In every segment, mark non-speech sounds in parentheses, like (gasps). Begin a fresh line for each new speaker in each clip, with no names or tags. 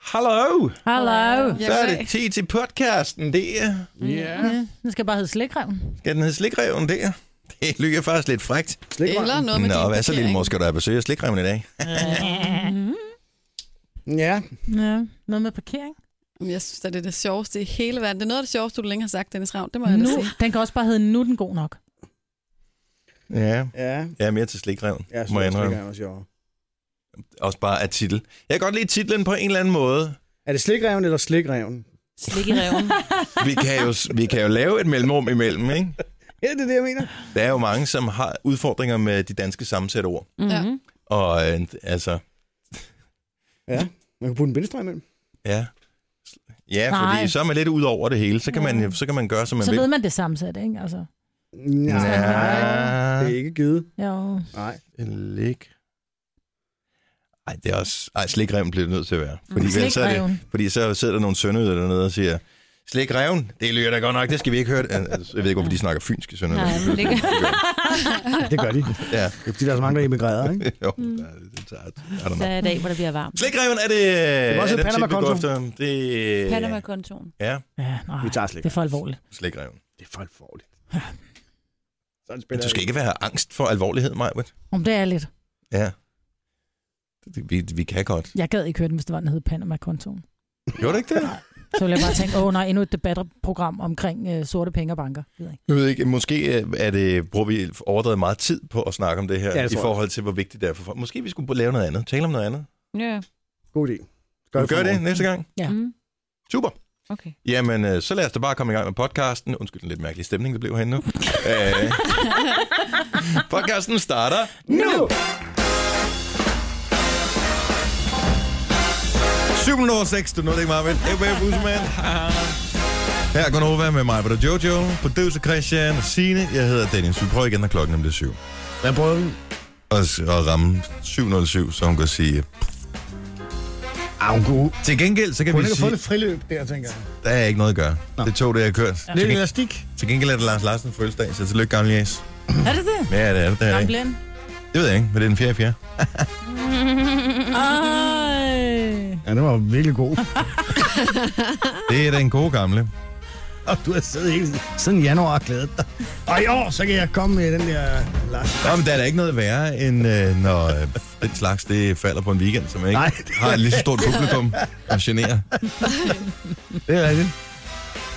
Hallo!
Hallo.
Så er det tid til podcasten der.
Ja.
Den skal bare hedde Slikreven.
Skal den hedde Slikreven der? Det lyder faktisk lidt frægt.
Eller noget med
Nå,
din
hvad så lille
parkering.
mor, skal du have besøg af Slikreven i dag?
Ja,
Mm-hmm. Ja, noget med parkering.
Jamen, Jeg synes, at det er det sjoveste i hele verden. Det er noget af det sjoveste, du længe har sagt, Dennis Ravn. Det må jeg da
Nu,
sige.
den kan også bare hedde Nu er den god nok.
Ja,
ja.
jeg er mere til Slikreven,
Jeg
må jeg
synes,
indrømme.
det er sjovt.
Også bare af titel. Jeg kan godt lide titlen på en eller anden måde.
Er det slikreven eller slikreven?
Slikreven.
(laughs) Vi kan jo, vi kan jo lave et mellemrum imellem, ikke?
Ja, det er det, jeg mener.
Der er jo mange, som har udfordringer med de danske sammensatte ord.
mm-hmm.
Og øh, altså,
Ja, man kan putte en bindestreg imellem.
ja. Ja,
Nej.
fordi så er man lidt ud over det hele. Så kan man, så kan man gøre, som man
Så
vil.
ved man det sammensat, ikke? Altså,
Nej, det er ikke givet.
jo.
Nej.
Lig. Ej, det er også... Ej, slikreven bliver det nødt til at være. Fordi, ellers så, er det,
Mm. Slikreven.
fordi så sidder der nogle sønderjyder dernede og siger, slikreven, det lyder da godt nok, det skal vi ikke høre. Altså, Jeg ved ikke, hvorfor de snakker fynsk i
Nej,
sønderjyder.
men ikke.
(laughs)
Det gør de.
Ja,
Det er fordi, der er så mange, der er immigreret, ikke?
(laughs) jo, der, er- det tager... I don't
Så
know.
er dag, hvor det bliver varmt.
Slikreven er det... Det
var også
er den titel, vi går
Panama-konto.
efter. Det
Panama-kontoen.
Ja,
Ja, nej,
Vi tager
det er
slikreven.
for alvorligt.
slikreven.
Det er for
(laughs)
alvorligt.
Ja.
Sådan spiller
Men du skal
jeg
ikke være angst for alvorlighed, Majbert.
Om det er lidt.
Ja. Det- Vi, vi kan godt.
Jeg gad ikke høre den, hvis det var, den hed Panama-kontoen.
Gjorde du ikke det?
Så ville jeg bare tænke, åh nej, endnu et debatprogram omkring øh, sorte penge og banker. Gider ikke.
(laughs) Jeg ved ikke, måske øh, er det, bruger vi overdrevet meget tid på at snakke om det her,
Ja,
ja,
det
i
tror jeg.
forhold til, hvor vigtigt det er for folk. Måske vi skulle lave noget andet, tale om noget andet.
Ja.
God idé.
Gør vi
for
gør det
morgen.
næste gang?
Ja.
Mm.
Super.
Okay.
Jamen, øh, så lad os da bare komme i gang med podcasten. Undskyld den lidt mærkelige stemning, det blev herinde nu. (laughs) Æh, podcasten starter (laughs) nu! 706, du nåede det ikke meget vel. FBF Bussemann. Haha. Her er Gunova med mig, Britta Jojo, producer Christian, Signe, jeg hedder Dennis. Vi prøver igen, når klokken bliver syv.
Hvad prøver vi?
og, og ramme 707, så hun kan sige.
Au, god.
Til gengæld, så kan
Ah, Kunne
vi
hun ikke have
sige,
fået lidt friløb der, tænker jeg.
der er ikke noget at gøre.
Nå.
Det tog det, jeg har kørt. Ja. Til,
Lidt
gengæld,
elastik.
til gengæld er det Lars Larsen fødselsdag, så tillykke gamle jæs.
Er det det?
Ja, det er det, det er det ikke.
Gamblen?
Det ved jeg ikke, men det er den 4. 4.
Ej.
Ja, det var virkelig god.
Det er den gode gamle.
Og du har siddet hele siden januar og glædet dig. Og i år, så kan jeg komme med den der... Lars.
Nå, men der er da ikke noget værre, end øh, når øh, den slags det falder på en weekend, som ikke
Nej,
Nej,
det
har et lige så stort (laughs) publikum og generer.
Det er rigtigt.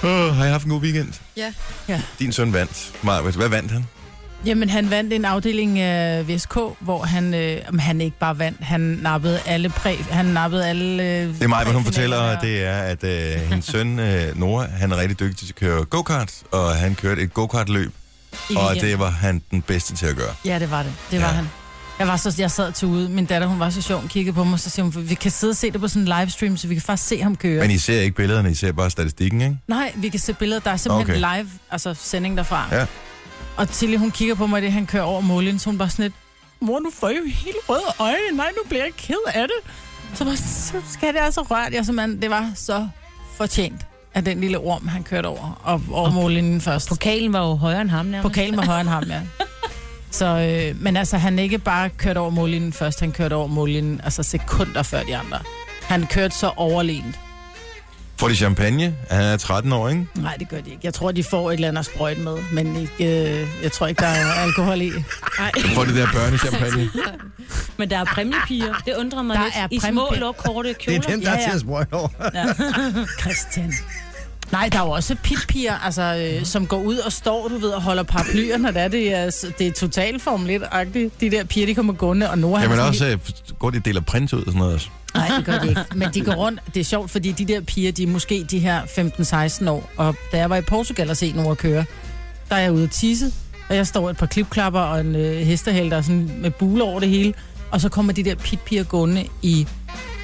Oh, har jeg haft en god weekend?
Ja.
Ja.
Din søn vandt. Marvitt, hvad vandt han?
Jamen, han vandt en afdeling øh, VSK, hvor han, øh, om han ikke bare vandt, han nappede alle præ, han nappede alle... Øh,
Det er mig, hvad hun fortæller, det er, at øh, hendes søn, øh, Nora, han er rigtig dygtig til at køre go-kart, og han kørte et go-kart-løb, og det var han den bedste til at gøre.
Ja, det var det. Det
Ja.
ja. var han. Jeg, var så, jeg sad til ude, min datter, hun var så sjov, hun kiggede på mig, og så siger hun, vi kan sidde og se det på sådan en livestream, så vi kan faktisk se ham køre.
Men I ser ikke billederne, I ser bare statistikken, ikke?
Nej, vi kan se billeder, der er simpelthen okay. live, altså sending derfra.
Ja.
Og Tilly, hun kigger på mig, det han kører over målen, så hun bare sådan lidt, mor, nu får jeg jo helt røde øjne, nej, nu bliver jeg ked af det. Så bare, så skal det altså rørt, jeg simpelthen, det var så fortjent af den lille orm, han kørte over, og over mållinjen først.
Pokalen var jo højere end ham nærmest.
Pokalen var højere end ham,
(laughs)
ja. Så, øh, men altså, han ikke bare kørte over mållinjen først, han kørte over mållinjen, altså sekunder før de andre. Han kørte så overlegent.
Får de champagne? Han er 13 år, ikke?
Nej, det gør de ikke. Jeg tror, de får et eller andet sprøjt med, men ikke, øh, jeg tror ikke, der er alkohol
(laughs)
i.
Ej,
Får de der børnechampagne?
(laughs) men der er præmiepiger. Det undrer mig
Der
lidt.
er
I små,
præmiepiger.
lovkorte
Det
kjoler.
er dem, der er
Ja, ja.
til at sprøjte over. (laughs)
Christian. Nej, der er jo også pitpiger, altså,
Mm.
øh, som går ud og står, du ved, og holder paraplyer, når det er, det er, s- det er totalt formeligt-agtigt. De der piger, de kommer gående, og Nora... han er
Jamen
sådan
også, øh, går de og deler print ud og sådan noget også.
Nej, det gør de ikke. Men de går rundt. Det er sjovt, fordi de der piger, de er måske de her 15-16 år. Og da jeg var i Portugal og se nogle at køre, der er jeg ude og tisse, og jeg står et par klipklapper og en øh, hestehæl, der er sådan med bule over det hele. Og så kommer de der pitpiger gående i,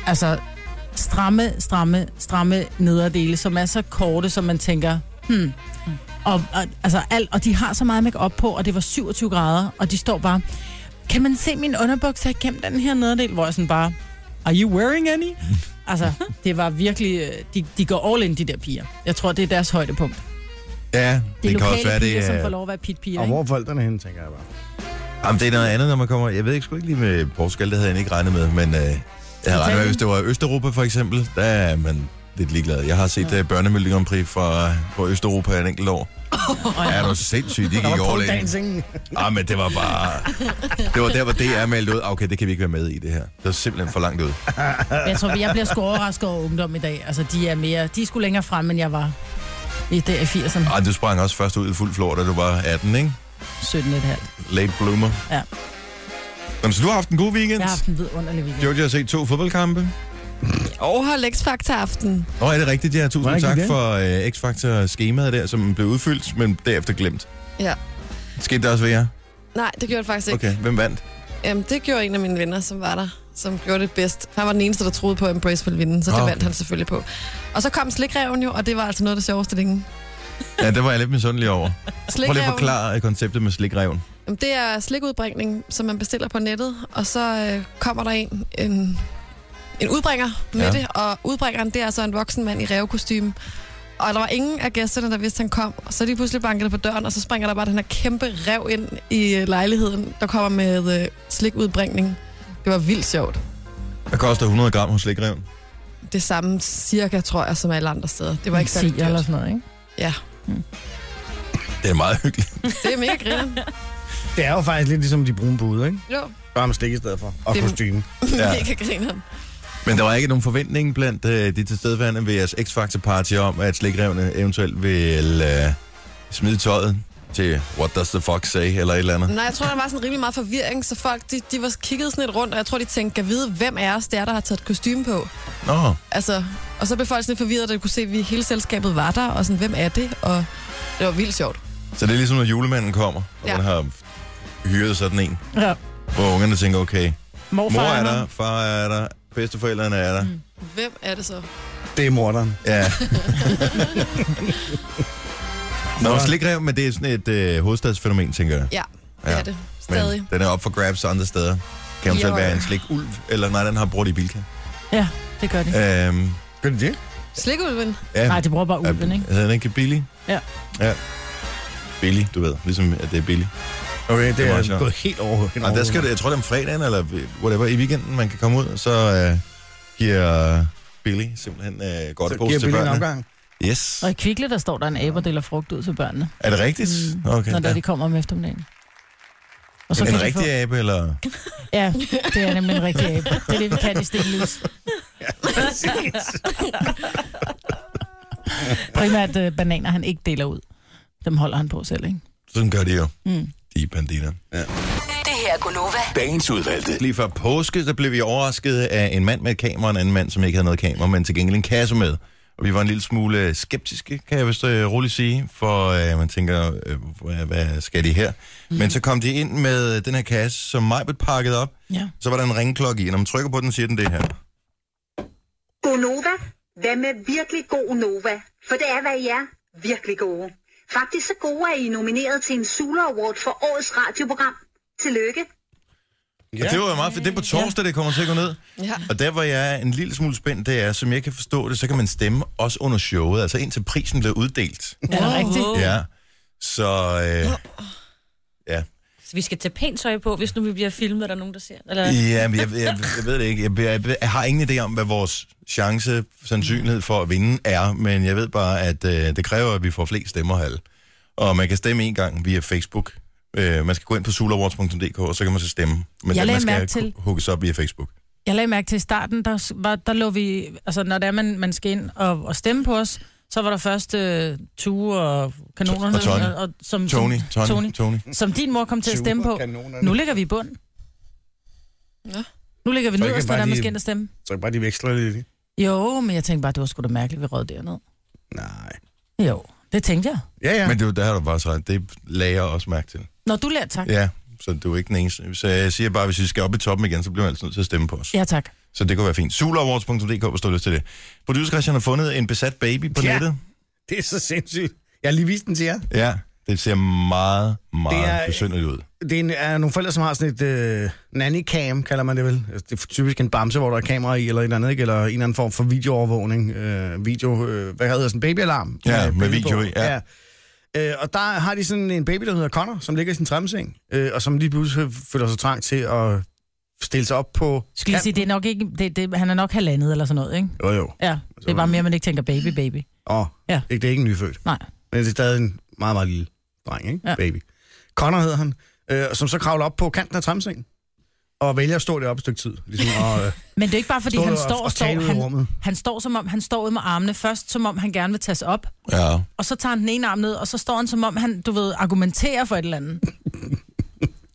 altså stramme, stramme, stramme nederdele, som er så korte, som man tænker, hmm. Og, og, altså, alt, og de har så meget makeup på, og det var 27 grader, og de står bare, kan man se min underbukser igennem den her nederdel? Hvor jeg sådan bare, Are you wearing
(laughs)
any? altså, det var virkelig... øh, De, de går all in, de der piger. Jeg tror, det er deres højdepunkt. Det
Ja,
er
det kan
lokale
også være, det
piger, som får
er...
lov at være pitpiger,
Og
ikke?
hvor er forældrene henne, tænker jeg bare.
Jamen, det er noget andet, når man kommer... Jeg ved ikke sgu ikke lige med Portugal, det havde jeg ikke regnet med, men... Øh, Jeg havde regnet med,
Italien?
hvis det var Østeuropa for eksempel, der er man lidt ligeglad. Jeg har set ja. børnemølle Grand Prix fra, fra Østeuropa en enkelt år. Oh, ja. Er du sindssyg, de
Der
gik
var pole
overlægen.
dancing.
Ah, men det var bare...
(laughs)
Det var der, hvor DR meldte ud, "Ah, okay, det kan vi ikke være med i det her. Det var simpelthen for langt ud.
Men (laughs) Jeg tror, jeg bliver sgu overrasket over ungdom i dag. Altså, de er mere... De er sgu længere frem, end jeg var i der i 80'erne.
Ej, du sprang også først ud i fuld flor, da du var 18, ikke?
17,5.
Late bloomer.
Ja.
Jamen, så du har haft en god weekend.
Jeg har haft en vidunderlig weekend.
Jojo har set to fodboldkampe.
Overhold oh, x faktor aften.
Nå, er det rigtigt, ja. Tusind
Hvordan gik
tak
det?
for øh, X-Factor-skemaet der, som blev udfyldt, men derefter glemt.
Ja.
Skete det også ved jer?
Nej, det gjorde det faktisk ikke.
Okay, hvem vandt?
Okay. Jamen, det gjorde en af mine venner, som var der, som gjorde det bedst. Han var den eneste, der troede på, at Embrace ville vinde, så det
Ah, okay.
okay. vandt han selvfølgelig på. Og så kom slikreven jo, og det var altså noget af det sjoveste længe.
Ja, det var jeg lidt misundelig over. Prøv lige at
Slikreven,
forklare øh, konceptet med slikreven.
jamen, det er slikudbringning, som man bestiller på nettet, og så øh, kommer der en, en, en udbringer med
Ja.
ja. det, og udbringeren, det er altså en voksen mand i rævekostyme. Og der var ingen af gæsterne, der vidste, han kom. Så de pludselig bankede på døren, og så springer der bare den her kæmpe rev ind i øh, lejligheden, der kommer med øh, slikudbringning. Det var vildt sjovt.
Hvad koster 100 gram hos slikreven?
det samme cirka, tror jeg, som alle andre steder. Det var ikke særlig
10 eller
dyrt.
sådan noget, ikke?
(laughs)
Det er meget hyggeligt.
Det er mega grineren.
Det er jo faktisk lidt ligesom de brune bude, ikke?
Jo,
Bare med slik i stedet for. Og
Det er-
kostume.
Ja.
ja. (laughs) mega grineren.
Men der var ikke nogen forventning blandt øh, de tilstedeværende ved jeres X-Factor Party om, at slikrevne eventuelt vil øh, smide tøjet til What Does The Fox Say, eller et eller andet.
Nej, jeg tror, der var sådan rimelig meget forvirring, så folk de, de var kiggede sådan lidt rundt, og jeg tror, de tænkte, kan vide, hvem af os det er, der har taget et kostume på.
Nå,
Altså, og så blev folk sådan lidt forvirret, da de kunne se, at vi hele selskabet var der, og sådan, hvem er det? Og det var vildt sjovt.
så det er ligesom, når julemanden kommer, og ja.
Ja.
man har hyret sådan en,
Ja.
hvor ungerne tænker, okay,
Morfar
mor er
her.
der, far er der, bedsteforældrene er der. Mm.
Hvem er det så?
Det er morderen. (laughs)
Ja. Nå, slikrev, men det er sådan et øh, hovedstadsfænomen, tænker jeg.
Ja, det
Ja.
ja. er det. Stadig.
Men den er op for grabs andre steder. Kan jo selv
Jo.
være en slik ulv, eller nej, den har brugt i
(laughs)
Bilka.
Ja, det gør det.
Øhm,
Gør det det?
Slikulven.
ja,
Nej, de bruger bare ulven,
Ja,
ikke?
Hedder den ikke Billy?
Ja.
Ja. Billy, du ved. Ligesom, at det er Billy.
Okay, det,
Det er meget
det er
sjovt.
gået helt over. hen
Og der
over.
skal det, jeg tror, det er om fredagen, eller whatever, i weekenden, man kan komme ud, så øh, giver Billy simpelthen øh, godt
Så
og pose
giver
til
Billy en
børnene.
opgang.
Yes.
Og i Kvickle, der står der en abe, der deler frugt ud til børnene,
Er det rigtigt?
Mm.
Okay.
når der
ja.
de kommer om eftermiddagen. Og
en
kan de
rigtig abe, eller?
Få... Ja, det er nemlig en rigtig abe. Det er det, vi kan i Stenløs. Primært øh, bananer, han ikke deler ud. Dem holder han på selv, ikke?
Sådan gør de jo.
Mm.
De er banditter.
Det her er Gunova.
Dagens udvalgte.
Lige før påske, så blev vi overrasket af en mand med et kamera, og en anden mand, som ikke havde noget kamera, men til gengæld en kasse med. Og vi var en lille smule øh, skeptiske, kan jeg vist øh, roligt sige, for øh, man tænker, øh, hvad, hvad skal de her?
Mhm.
Mm. Men så kom de ind med øh, den her kasse, som Majbet pakkede op,
Ja.
så var der en ringklokke i, og når man trykker på den, siger den det her.
Gonova, hvad med virkelig god Nova? For det er, hvad I er. Virkelig gode. Faktisk så gode er I nomineret til en Sula Award for årets radioprogram. Tillykke.
Ja. Og det var jo meget fedt. Det er på torsdag, det kommer til at gå ned.
Ja.
Og der, hvor jeg er en lille smule spændt, det er, som jeg kan forstå det, så kan man stemme også under showet, altså indtil prisen bliver uddelt.
Er det rigtigt?
Oh. Ja. Så øh,
Så vi skal tage pænt tøj på, hvis nu vi bliver filmet, og der er nogen, der ser. Eller...
Ja, men jeg, jeg, jeg ved det ikke. Jeg, jeg, jeg har ingen idé om, hvad vores chance, sandsynlighed for at vinde er, men jeg ved bare, at øh, det kræver, at vi får flest stemmer halv. Og man kan stemme en gang via Facebook. Øh, man skal gå ind på sulawards.dk, og så kan man så stemme.
Jeg
Men den,
lagde
man skal
mærke til-
hugges op via Facebook.
Jeg lagde mærke til i starten, der, s- var, der lå vi, altså når der man, man skal ind og, og stemme på os, så var der først øh, Tue og kanonerne,
Og Tony.
og, og som,
Tony,
som,
Tony, Tony. Tony.
som din mor kom til at stemme på.
Superkanonerne.
Nu ligger vi i bund.
Nå.
Nu ligger vi
Så I kan
nederst, når
bare
der man
lige-
skal ind og stemme.
Så er det bare, de veksler lidt. i.
Jo, men jeg tænkte bare, det var sgu da mærkeligt, vi rød derned.
Nej.
Jo, det tænkte jeg.
Ja, ja.
Men det, er jo- der har du bare så ret. Det lagde jeg også mærke til.
Når du lærer, tak. Ja,
Ja, så du er ikke den eneste. Så jeg siger bare, hvis vi skal op i toppen igen, så bliver man altid nødt til at stemme på os.
ja tak.
Så det kunne være fint. Sulawards.dk, hvis du har lyst til det. Producer Christian har fundet en besat baby på
Ja.
nettet.
Det er så sindssygt. Jeg har lige vist den til jer.
Ja, det ser meget, meget
Det
er...
er-
besynderligt ud.
Det er, en, er nogle forældre, som har sådan et øh, nannycam, kalder man det vel. Altså, Det er typisk en bamse, hvor der er kamera i, eller et eller andet, ikke? eller en eller anden form for videoovervågning. Øh, video, øh, hvad hedder sådan en babyalarm?
Ja, med
billede
video i, ja.
Øh, og der har de sådan en baby, der hedder Connor, som ligger i sin tremmeseng, øh, og som lige pludselig føler sig trang til at stille sig op på...
Skal lige sige, det er nok ikke, det, det, han er nok halvandet eller sådan noget, ikke?
Jo, jo.
Ja, det er bare mere, man ikke tænker baby, baby.
Åh,
Ja.
ja. ikke, det er ikke en nyfødt.
Nej.
Men det er stadig en meget, meget lille dreng, ikke?
Ja.
Ja. Baby. Connor hedder han, øh, som så kravler op på kanten af tramsengen og vælger at stå deroppe et stykke tid. Ligesom, og, øh, (laughs)
Men det er ikke bare, fordi
Stå
han
der og-
står og
og tale
står,
ud i
han,
rummet.
han står, som om han står ud med armene først, som om han gerne vil tages op,
Ja.
og så tager han den ene arm ned, og så står han, som om han, du ved, argumenterer for et eller andet.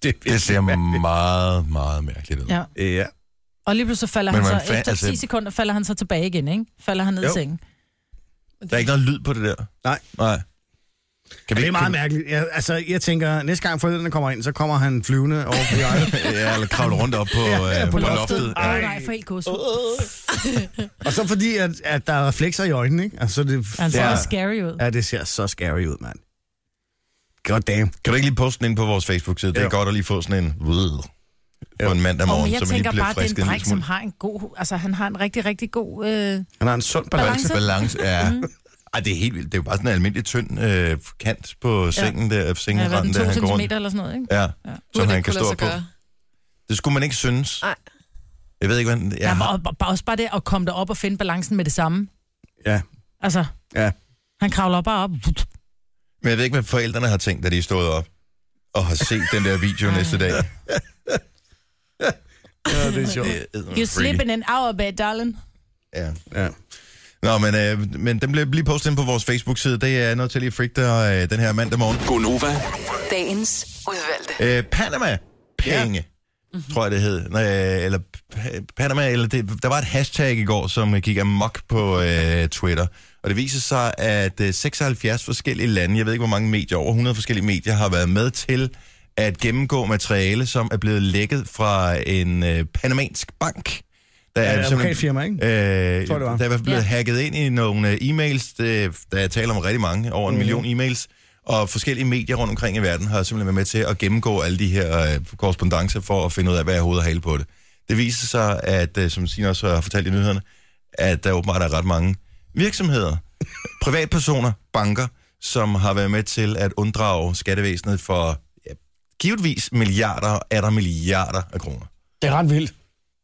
det,
Det ser meget, meget mærkeligt ud.
Ja.
Ja.
Og lige pludselig så falder
Men
han
man
så,
fa-
efter 10
altså-
sekunder falder han så tilbage igen, ikke? Falder han ned i
Jo.
sengen.
Der er ikke noget lyd på det der.
Nej.
Nej. Kan
Det er
ikke-
meget mærkeligt. Jeg, altså, jeg tænker, næste gang forældrene kommer ind, så kommer han flyvende over på hjørnet. (laughs)
Ja, eller kravle rundt op på, ja, øh, på loftet. loftet.
Åh,
Ja.
nej, for helt kos.
og så fordi, at, at der er reflekser i øjnene, ikke? Altså, det,
Han ser
Ja.
også scary ud.
ja, det ser så scary ud, mand. God damn.
Kan du ikke lige poste den ind på vores Facebook-side? Det er
Jo.
godt at lige få sådan en... Ved, på
Jo.
en mandag
Åh,
morgen,
men
så
jeg
man lige
tænker
bliver
bare, at det
frisket
er en
en
dreng,
lille
som
smule.
har en god... Altså, han har en rigtig, rigtig god... Øh,
Han har en sund balance.
Balance, balance, ja.
Mhm.
Ej, det er helt vildt. Det er jo bare sådan en almindelig tynd øh, kant på sengen der,
ja, hvad er
sengeranden
det,
der,
to
han går
centimeter
rundt.
eller sådan noget, ikke?
Ja, som
Burde
han
ikke
kan
kunne lade
stå
sig
på.
gøre.
Det skulle man ikke synes.
Nej.
Jeg ved ikke, hvordan... Ja,
Ja, og, og, og også bare det at komme derop og finde balancen med det samme.
Ja.
Altså,
Ja.
han kravler bare op.
men jeg ved ikke, hvad forældrene har tænkt, da de stod op og har set den der video næste
(laughs)
dag.
ja, det er sjovt.
Det er
You
eddermame
sleep in an hour bed, darling.
Ja.
Ja.
Nå, men, øh, men den bliver lige postet ind på vores Facebook-side. Det er noget til lige freak der øh, den her mandag morgen.
Gonova.
Dagens
(laughs)
udvalgte.
Øh, Panama-penge, tror jeg det hed. Øh, eller p- Panama, eller det, der var et hashtag i går, som øh, gik amok på øh, Twitter. Og det viser sig, at øh, 76 forskellige lande, jeg ved ikke hvor mange medier, over 100 forskellige medier, har været med til at gennemgå materiale, som er blevet lækket fra en øh, panamansk bank. Der
Ja,
simpelthen-
advokatfirma, ikke?
Øh,
Tror, det var.
Der er i hvert fald blevet hacket ind i nogle øh, e-mails, det, der er tale om rigtig mange, over en
Mhm.
million e-mails, og forskellige medier rundt omkring i verden har simpelthen været med til at gennemgå alle de her øh, korrespondencer for at finde ud af, hvad er hovedet og hale på det. Det viser sig, at øh, som Signe også har fortalt i nyhederne, at der åbenbart er ret mange
(laughs)
virksomheder, privatpersoner, banker, som har været med til at unddrage skattevæsenet for ja, givetvis milliarder og atter milliarder af kroner.
Det er ret vildt.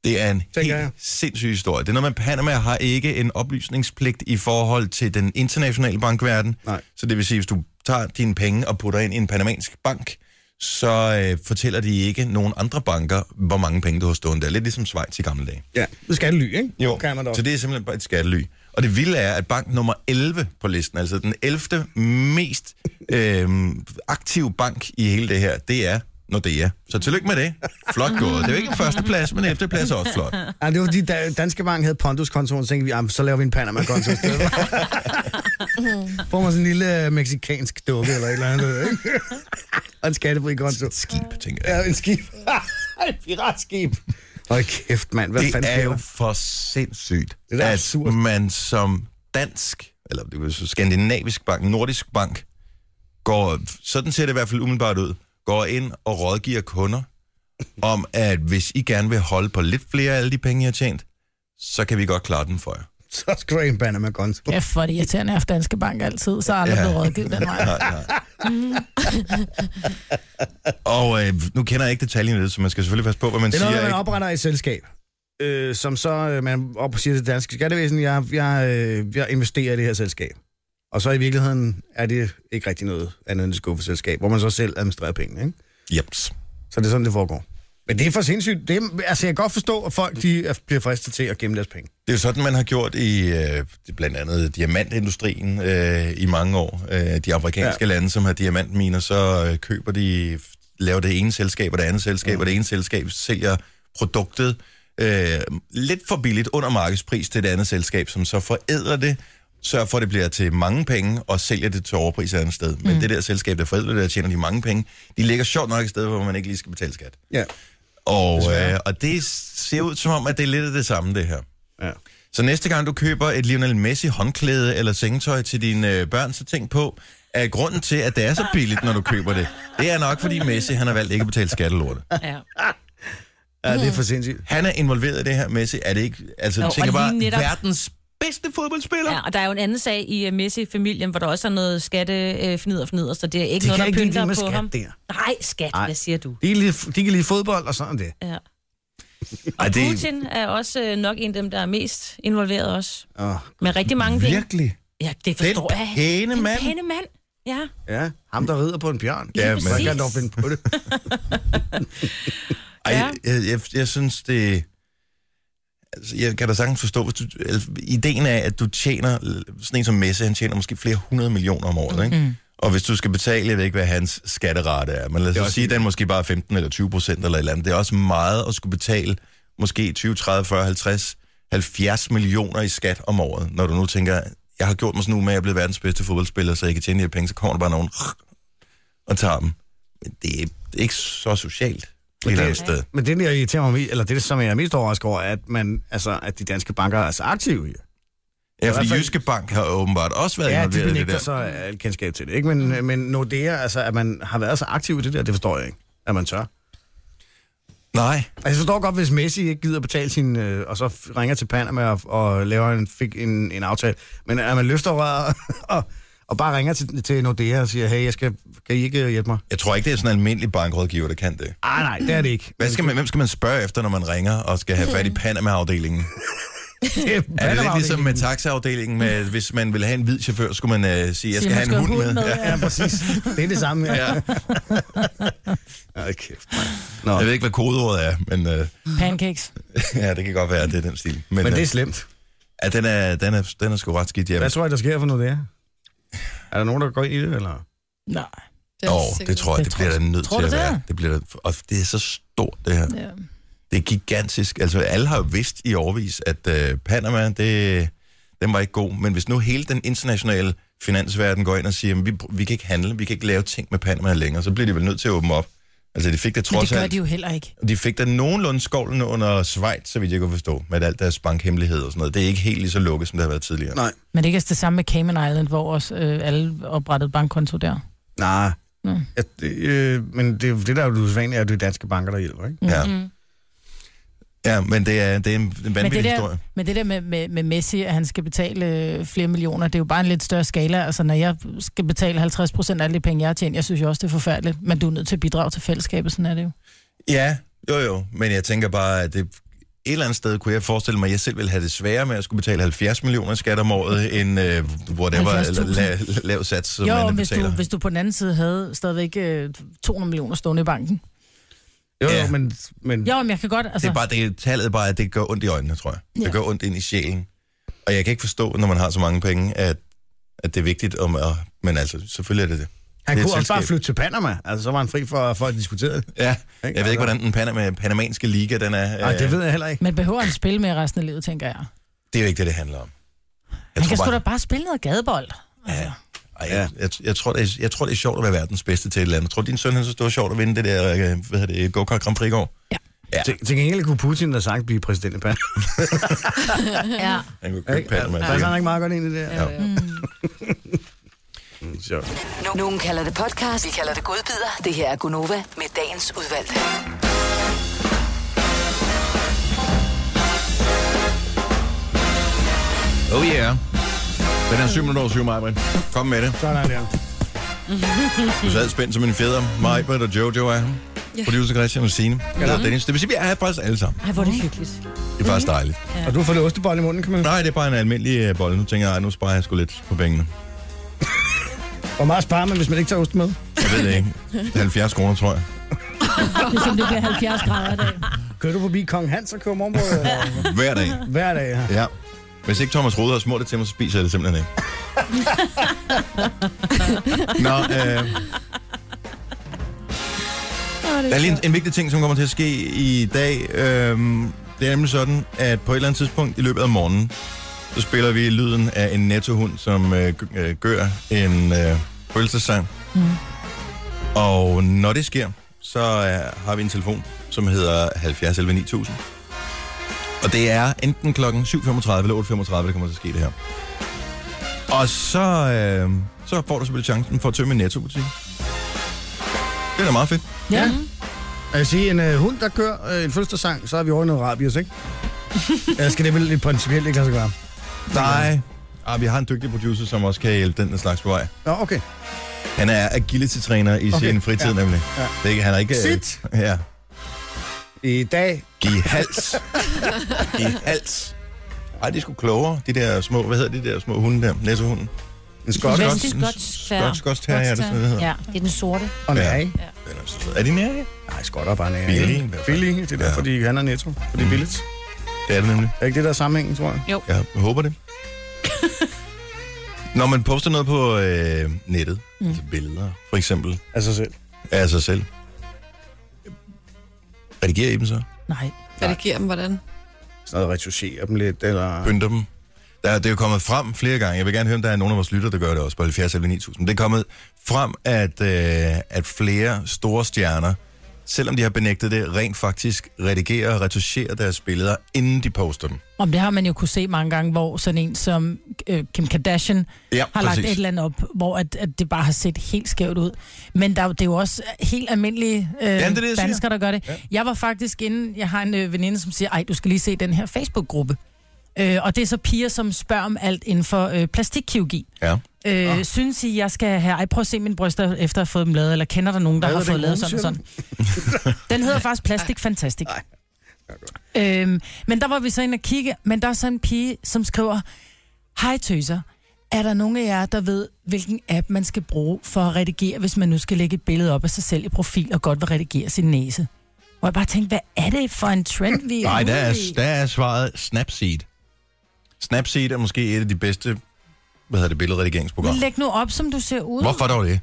Det er en
Tænker
helt
jeg.
sindssyg historie. Det er noget med, at Panama har ikke en oplysningspligt i forhold til den internationale bankverden.
Nej.
Så det vil sige, hvis du tager dine penge og putter ind i en panamansk bank, så øh, fortæller de ikke nogen andre banker, hvor mange penge du har stående der. Lidt ligesom Schweiz i gamle dage.
Ja, det skal ly, ikke? Kan man da
så det er simpelthen bare et skattely. Og det vilde er, at bank nummer 11 på listen, altså den 11. mest øh, aktive bank i hele det her, det er Nordea. Så tillykke med det. Flot gået. Det er jo ikke en førsteplads, men en efterplads er også flot.
Ja, det var fordi, da Danske Bank havde Pondus-kontoen, så tænkte vi, "Ah, så laver vi en Panama-konto i stedet. Får man sådan en lille øh, meksikansk dukke eller et eller andet, ikke? Og en skattefri konto.
Skib, tænker jeg.
Ja, en skib. (laughs) et piratskib. Hold kæft, mand. Hvad
det
fanden
er
sker
jo
der?
for sindssygt,
Det er da
at
absurd.
man som dansk, eller det vil sige skandinavisk bank, nordisk bank, går, sådan ser det i hvert fald umiddelbart ud, går ind og rådgiver kunder om, at hvis I gerne vil holde på lidt flere af alle de penge, I har tjent, så kan vi godt klare den for jer.
Så skal du have en Panama-konto.
Ja, for det irriterende er for Danske Bank altid, så er aldrig
(laughs) Ja.
ja. blevet rådgivet den vej.
Nej, nej.
(laughs)
og øh, nu kender jeg ikke detaljerne i det, så man skal selvfølgelig passe på, hvad man
Det er noget,
siger.
med, at
ikke?
man opretter et selskab, øh, som så øh, man op og siger til det danske skattevæsen, jeg, jeg, øh, jeg investerer i det her selskab. Og så i virkeligheden er det ikke rigtig noget andet end et skuffeselskab, hvor man så selv administrerer pengene. Ikke?
Jeps.
Så det er sådan, det foregår. Men det er for sindssygt. Det er, altså, jeg kan godt forstå, at folk de er, bliver fristet til at gemme deres penge.
Det er jo sådan, man har gjort i øh, blandt andet diamantindustrien øh, i mange år. Øh, de amerikanske ja. lande, som har diamantminer, så øh, køber de, laver det ene selskab og det andet selskab, mm. og det ene selskab sælger produktet øh, lidt for billigt under markedspris til det andet selskab, som så forædler det, sørger for, at det bliver til mange penge, og sælger det til overpris et andet sted. Men det der selskab, der forædler det, der tjener de mange penge, de ligger sjovt nok et sted, hvor man ikke lige skal betale skat.
Ja.
Og, øh, og det ser ud som om, at det er lidt af det samme, det her.
ja.
Så næste gang du køber et Lionel Messi håndklæde eller sengetøj til dine øh, børn, så tænk på, at grunden til, at det er så billigt, når du køber det, det er nok, fordi Messi han har valgt ikke at betale skattelorte.
(laughs)
Ja.
ja det er for sindssygt.
Han er involveret i det her, Messi. Er det ikke... Altså,
Jo,
jo,
og
tænker bare,
lige netop-
verdens bedste fodboldspiller.
ja, og der er jo en anden sag i uh, Messi-familien, hvor der også er noget skattefnider og fnider, så det er ikke
De
noget,
kan
der
ikke lide
pynter
det
på
med skat
ham.
der.
Nej, skat,
Nej.
hvad siger du?
De kan, lide, de kan lide fodbold og sådan det.
Ja. Og
Ej, det-
Putin er også øh, nok en af dem, der er mest involveret også.
Åh,
Med rigtig mange penge.
Virkelig?
Ja, det forstår jeg.
pæne
Den
mand.
pæne mand. Ja.
Ja, ham der rider på en bjørn.
Ja, men-
Hvordan kan han dog finde på det?
(laughs) Ej,
Ja.
jeg, jeg, jeg synes, det... Altså, jeg kan da sagtens forstå, hvis du, altså, ideen er, at du tjener, sådan en som Messe, han tjener måske flere hundrede millioner om året, ikke? Og hvis du skal betale, jeg ved ikke, hvad hans skatterate er, men lad os sige, den er måske bare 15 eller 20 procent eller et eller andet. Det er også meget at skulle betale måske 20, 30, 40, 50, 70 millioner i skat om året, når du nu tænker, jeg har gjort mig sådan nu med, at jeg er blevet verdens bedste fodboldspiller, så jeg kan tjene de her penge, så kommer der bare nogen og tager dem. Men det er, det er ikke så socialt et eller andet sted.
Men det, der irriterer mig, me- eller det, som jeg er mest overrasket over, er, at, man, altså, at de danske banker er så aktive i det.
Ja,
hvert
fordi
fald-
Jyske Bank har åbenbart også været
Ja, de
involveret i det
benægter
der. Mm.
så alt kendskab til det, ikke? Men, men Nordea, altså, at man har været så aktiv i det der, det forstår jeg ikke, at man tør.
Nej,
Altså, jeg forstår godt, hvis Messi ikke gider betale sin... Øh, og så f- ringer til Panama og, og laver en, fik en, en aftale. Men at man løfter røret (laughs) og, og bare ringer til, til Nordea og siger, hey, jeg skal, kan I ikke øh, hjælpe mig?
jeg tror ikke, det er sådan en almindelig bankrådgiver, der kan det.
Ah, nej, det er det ikke.
Hvad skal man, hvem skal man spørge efter, når man ringer og skal have
(laughs)
fat i Panama-afdelingen?
Det
(laughs) Er
er,
det lidt
Panama-afdelingen.
ligesom med taxaafdelingen, med, hvis man vil have en hvid chauffør, skulle man øh, sige, jeg skal have en hund med? Ja. (laughs)
Ja, præcis. Det er det samme.
Ja.
Ja.
(laughs)
Ja. (laughs) kæft, mand. Nå,
Jeg ved ikke, hvad kodeordet er, men
(laughs)
øh, (laughs)
Pancakes.
ja, det kan godt være, at det er den stil. Men,
men det
øh,
er slemt.
ja, den, er, den, er, den er sgu ret skidt, ja.
Hvad tror I, der sker for Nordea? Er der nogen, der går ind i det, eller?
Nej.
Det er
Åh, det
sikkert.
tror
Det
jeg, det
tror
bliver der
jeg-
nødt
tror
til
du
at
det?
være. Det bliver der, og det er så stort, det her.
Ja.
Det er gigantisk. Altså, alle har jo vidst i overvis, at øh, Panama, det, den var ikke god. Men hvis nu hele den internationale finansverden går ind og siger, at vi, vi kan ikke handle, vi kan ikke lave ting med Panama længere, så bliver de vel nødt til at åbne op. Altså, de fik det
Men det
trods
gør
alt.
de jo heller ikke.
De fik da nogenlunde skovlen under Schweiz, så vidt jeg kan forstå, med alt deres bankhemmeligheder og sådan noget. Det er ikke helt lige så lukket, som det har været tidligere.
Nej.
Men det er ikke altså det samme med Cayman Island, hvor også øh, alle oprettede bankkonto der.
Nej.
Nå.
At, øh, men det, er jo det, der er jo usædvanligt, er, at det er danske banker, der hjælper,
Mm.
ikke?
Ja.
Mm.
ja, men det er, det er en
Men
vanvittig
det, der,
historie.
men det der med, med, med Messi, at han skal betale øh, flere millioner, det er jo bare en lidt større skala. Altså, når jeg skal betale 50 procent af alle de penge, jeg har tjent, jeg synes jo også, det er forfærdeligt. Men du er nødt til at bidrage til fællesskabet, sådan er det jo.
Ja, jo jo, men jeg tænker bare, at det, et eller andet sted kunne jeg forestille mig, at jeg selv ville have det sværere med at skulle betale 70 millioner i skat om året, end øh, whatever, eller
70.000.
la, lav sats, som
jo,
man
hvis
betaler.
du, hvis du på den anden side havde stadigvæk øh, 200 millioner stående i banken.
Jo,
Ja.
ja. men, men
Jo, men jeg kan godt... Altså,
Det er bare det, tallet er bare, at det gør ondt i øjnene, tror jeg. Det
Ja.
gør ondt ind i sjælen. Og jeg kan ikke forstå, når man har så mange penge, at, at det er vigtigt, om, at, men altså, selvfølgelig er det det.
han
det er
kunne
et
også bare
selskab.
flytte til Panama. Altså, så var han fri for, for at diskutere det.
Ja,
Ikke?
jeg ved ikke, hvordan den panama, panamanske liga, den er.
Nej,
Øh,
det ved jeg heller ikke.
Men behøver han spille med resten af livet, tænker jeg.
det er jo ikke det, det handler om. Jeg
Han kan
tror
sgu
bare,
da bare spille noget gadebold. Altså,
Ej, jeg, jeg, jeg, tror, det er, jeg tror, det er sjovt at være verdens bedste til et eller andet. Tror du, din søn han synes, det var sjovt at vinde det der øh, hvad hedder det, go-kart Grand Prix i går? Ja.
Til, til gengæld kunne Putin da sagt blive præsident i
(laughs)
Panama.
ja.
Han kunne købe
Ikke?
Panama.
Altså, passer han ikke meget godt ind i det her?
Ja.
Mm, sjovt.
No- Nogen kalder det podcast, vi kalder det godbider. Det her er Gunova med dagens udvalgte.
Oh yeah. Den er 7 minutter over 7, Majbrit. Kom med det.
Sådan der.
Du sad spændt som en fjeder. Majbrit og Jojo er her.
Ja.
Producer Christian og Signe. Jeg hedder Dennis. Det vil sige, vi er her faktisk alle sammen.
Ej, hvor er det hyggeligt.
Det er faktisk dejligt.
Og du har fået lidt ostebolle i munden, kan man
Nej, det er bare en almindelig øh, bolle. Nu tænker jeg, ej, nu sparer jeg sgu lidt på pengene.
Hvor meget sparer man, hvis man ikke tager ost med?
Jeg ved det ikke. 70 kroner, tror jeg.
(laughs) Det er som, det bliver 70 grader i dag.
Kører du forbi Kong Hans og kører morgenbrød øh,
Hver dag.
hver dag? Ja.
Ja. Hvis ikke Thomas Rode har smurt det til mig, så spiser jeg det simpelthen ikke. Nå, øh... Der er lige en, en vigtig ting, som kommer til at ske i dag. Øhm, det er nemlig sådan, at på et eller andet tidspunkt i løbet af morgenen, så spiller vi lyden af en nettohund, som øh, g- øh, gør en øh, følelsessang. Mm. Og når det sker, så øh, har vi en telefon, som hedder 70 11 9000. Og det er enten klokken 7.35 eller 8.35, det kommer til at ske det her. Og så, øh, så får du selvfølgelig chancen for at tømme en nettobutik. Det er da meget fedt.
Ja.
Jeg vil sige, en øh, hund, der kører øh, en fødselsdagssang, så er vi over i noget
(laughs)
rabies, ikke? Eller skal det vel lidt principielt ikke lade sig gøre?
Nej. Ah, vi har en dygtig producer, som også kan hjælpe den slags på vej.
Nå, okay.
Han er agility-træner i okay.
Okay,
sin fritid, ja.
ja,
nemlig. Ja.
ja.
Det, er ikke- han er ikke...
Sit!
Ja.
I dag,
Giv
(laughs)
hals. Giv hals. Ej, de er sgu klogere, de der små, hvad hedder de der små hunde der? Næsehunden.
en skot
Skotsk-
Vestlig skotsk terrier.
skotsk- skotsk terrier, er det sådan, det hedder?
Ja, det er den sorte.
og en ære, ikke?
Den er, sød. er de nære? ja?
Nej, skotter er bare en ære.
Billige,
ikke?
i hvert fald.
Billige, det er derfor,
Ja. Mm.
de handler netto. For det er billigt.
Det er det nemlig.
Er ikke det, der er sammenhængen, tror jeg?
Jeg håber
(laughs)
det. Når man poster noget på øh, nettet, mm. altså billeder for eksempel,
Af sig selv.
af sig selv, redigerer I dem så?
Nej.
Hvad det giver dem, hvordan?
Sådan noget, retusere dem lidt, eller...
pynter dem. Der, det er jo kommet frem flere gange. Jeg vil gerne høre, om der er nogen af vores lytter, der gør det også på 70 eller 9000. Det er kommet frem, at, øh, at flere store stjerner, selvom de har benægtet det, rent faktisk redigerer og retuscherer deres billeder, inden de poster dem.
Om det har man jo kunne se mange gange, hvor sådan en som øh, Kim Kardashian
Ja,
har lagt et eller andet op, hvor at, at det bare har set helt skævt ud. Men der, er jo- det er jo også helt almindelige øh,
det er
ja,
det, jeg
det,
siger.
danskere, der gør det. Ja. Jeg var faktisk inde, jeg har en øh, veninde, som siger, ej, du skal lige se den her Facebook-gruppe. Øh, og det er så piger, som spørger om alt inden for øh, plastikkirurgi.
Ja. Ah.
Øh, Synes I, jeg skal have... Ej, prøv at se mine bryster, efter at have fået dem lavet, eller kender der nogen, der
Hvad
har
hedder
fået
den
lavet sådan
gruppe,
og sådan? den hedder faktisk
(laughs)
Plastik Fantastic. Øhm, men der var vi så inde og kigge, men der er så en pige, som skriver, Hej tøser, er der nogen af jer, der ved, hvilken app man skal bruge for at redigere, hvis man nu skal lægge et billede op af sig selv i profil og godt vil redigere sin næse? Hvor jeg bare tænkte, hvad er det for en trend, vi er
Nej, der
ude
er,
i?
der er svaret Snapseed. Snapseed er måske et af de bedste hvad hedder det,
Men
billedredigeringsprogrammer.
læg nu op, som du ser ud.
Hvorfor dog det?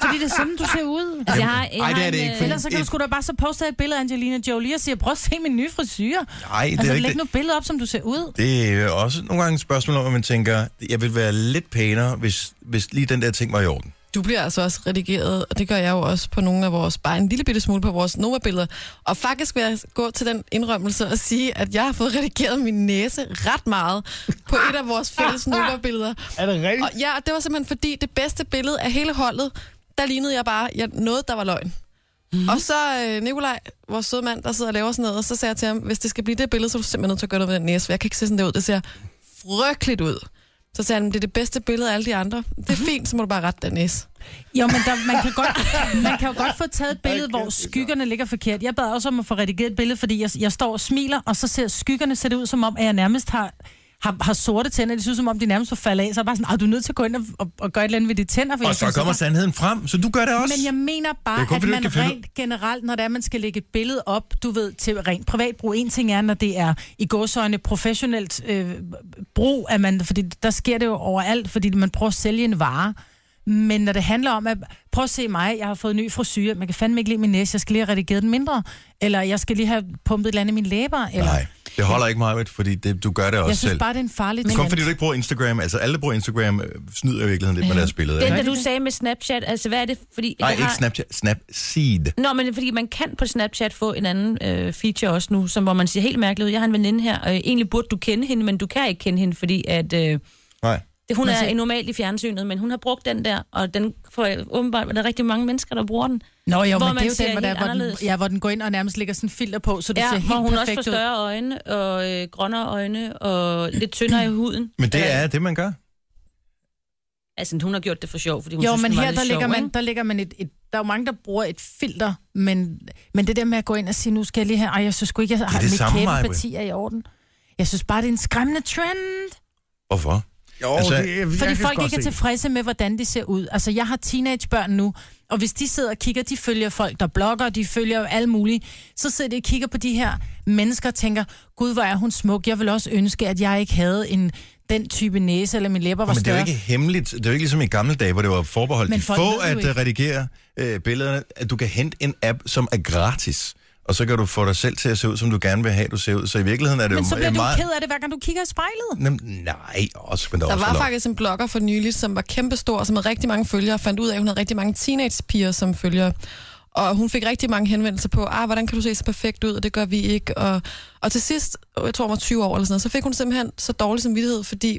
Fordi det er sådan, du ser ud.
Altså, jeg har, jeg
Ej, det
har
er det
en,
ikke,
øh,
fordi-
Ellers så kan du sgu da bare så poste et billede af Angelina Jolie og sige, prøv at se min nye frisyr.
Nej, det
Altså,
er ikke
læg
det.
nu billeder op, som du ser ud.
Det er også nogle gange et spørgsmål om, at man tænker, jeg vil være lidt pænere, hvis, hvis lige den der ting var i orden.
Du bliver altså også redigeret, og det gør jeg jo også på nogle af vores, bare en lille bitte smule på vores Nova-billeder. Og faktisk vil jeg gå til den indrømmelse og sige, at jeg har fået (laughs) redigeret min næse ret meget på et af vores
(laughs)
fælles Nova-billeder.
Er det rigtigt?
Og ja, og det var simpelthen fordi, det bedste billede af hele holdet, der lignede jeg bare jeg, noget, der var løgn.
Mhm.
Mm. Og så øh, Nikolaj, vores søde mand, der sidder og laver sådan noget, og så sagde jeg til ham, hvis det skal blive det billede, så er du simpelthen nødt til at gøre noget ved den næse, for jeg kan ikke se sådan der ud. Det ser frygteligt ud. Så sagde han, det er det bedste billede af alle de andre. Det er fint, så må du bare rette den næse.
Mhm. Jo, men der, man, kan godt, man kan jo godt få taget et billede, hvor skyggerne ligger forkert. Jeg bad også om at få redigeret et billede, fordi jeg, jeg står og smiler, og så ser skyggerne ser det ud som om, at jeg nærmest har, har, har sorte tænder. Det ser ud som om, de nærmest får falde af. Så er jeg bare sådan, "Ej, du er nødt til at gå ind og, og, og gøre et eller andet ved de tænder. For
Og
jeg
så
synes,
kommer
at-
sandheden frem, så du gør det også.
Men jeg mener
Det er
bare,
kun,
at
fordi du
man
ikke kan finde-
rent generelt, når det er, man skal lægge et billede op, du ved, til rent privat brug. En ting er, når det er i gåsøjne professionelt øh, brug, at man, fordi der sker det jo overalt, fordi man prøver at sælge en vare. Men når det handler om, at prøv at se mig, jeg har fået ny frisyr, man kan fandme ikke lide min næse, jeg skal lige have redigeret den mindre, eller jeg skal lige have pumpet et eller andet i mine læber, eller...
Nej, det holder ikke meget, fordi det, du gør det også
Jeg synes
selv.
bare, det er en farlig
Kun
trend.
fordi du ikke bruger Instagram, altså alle der bruger Instagram, øh, snyder i virkeligheden lidt med deres billeder.
Den,
ikke?
der du sagde med Snapchat, altså hvad er det? Fordi
Nej,
jeg
ikke Snapchat, Snapseed.
Nå, men fordi man kan på Snapchat få en anden øh, feature også nu, som hvor man siger helt mærkeligt ud. Jeg har en veninde her, og øh, egentlig burde du kende hende, men du kan ikke kende hende, fordi at, øh, det,
Nej.
hun er en normal i fjernsynet, men hun har brugt den der, og den får øh, åbenbart, der er rigtig mange mennesker, der bruger den.
Nå jo,
Hvor
hvor men
man
det er jo
ser
den, hvor, der,
helt
hvor, den,
anderledes.
ja, hvor den går ind og nærmest lægger sådan en filter på, så du ser
Ja,
helt
hvor hun også
perfekt
får
ud.
større øjne, og øh, grønnere øjne, og lidt tyndere i huden.
Men det
Eller-
er det, man gør.
Altså, hun har gjort det for sjov, fordi hun
Jo,
synes,
men
den var
her
lidt
der ligger,
sjov,
man,
ikke?
der ligger man et, et... Der er jo mange, der bruger et filter, men, men det der med at gå ind og sige, nu skal jeg lige have... Ej, jeg synes sgu ikke, jeg har
det
mit
samme, Maja-Brit.
kæbeparti er i orden. Jeg synes bare, det er en skræmmende trend,
Hvorfor?
Jo,
Altså,
er- jeg
fordi
kan
folk
godt
ikke er
se det.
tilfredse med, hvordan de ser ud. Altså, jeg har teenagebørn nu, og hvis de sidder og kigger, de følger folk, der blogger, de følger jo alle mulige, så sidder de og kigger på de her mennesker og tænker, gud, hvor er hun smuk, jeg vil også ønske, at jeg ikke havde en, den type næse, eller min læber var
Men det er jo
større.
ikke hemmeligt. Det er jo ikke ligesom i gamle dage, hvor det var forbeholdt
Men
de
folk
få
ved
at
jo
ikke.
ikke.
redigere øh, billederne. At du kan hente en app, som er gratis, og så kan du få dig selv til at se ud, som du gerne vil have, du ser ud. Så i virkeligheden er det
Men
jo
så bliver
øh,
du
meget...
ked af det, hver gang du kigger i spejlet.
Nem, nej, også, men der,
Der
også
var
lov.
faktisk en blogger for nylig, som var kæmpestor, som havde rigtig mange følgere, og fandt ud af, at hun havde rigtig mange teenagepiger som følgere. Og hun fik rigtig mange henvendelser på, ah, hvordan kan du se så perfekt ud, og det gør vi ikke. Og, og til sidst, jeg tror hun var 20 år eller sådan noget, så fik hun simpelthen så dårlig samvittighed, fordi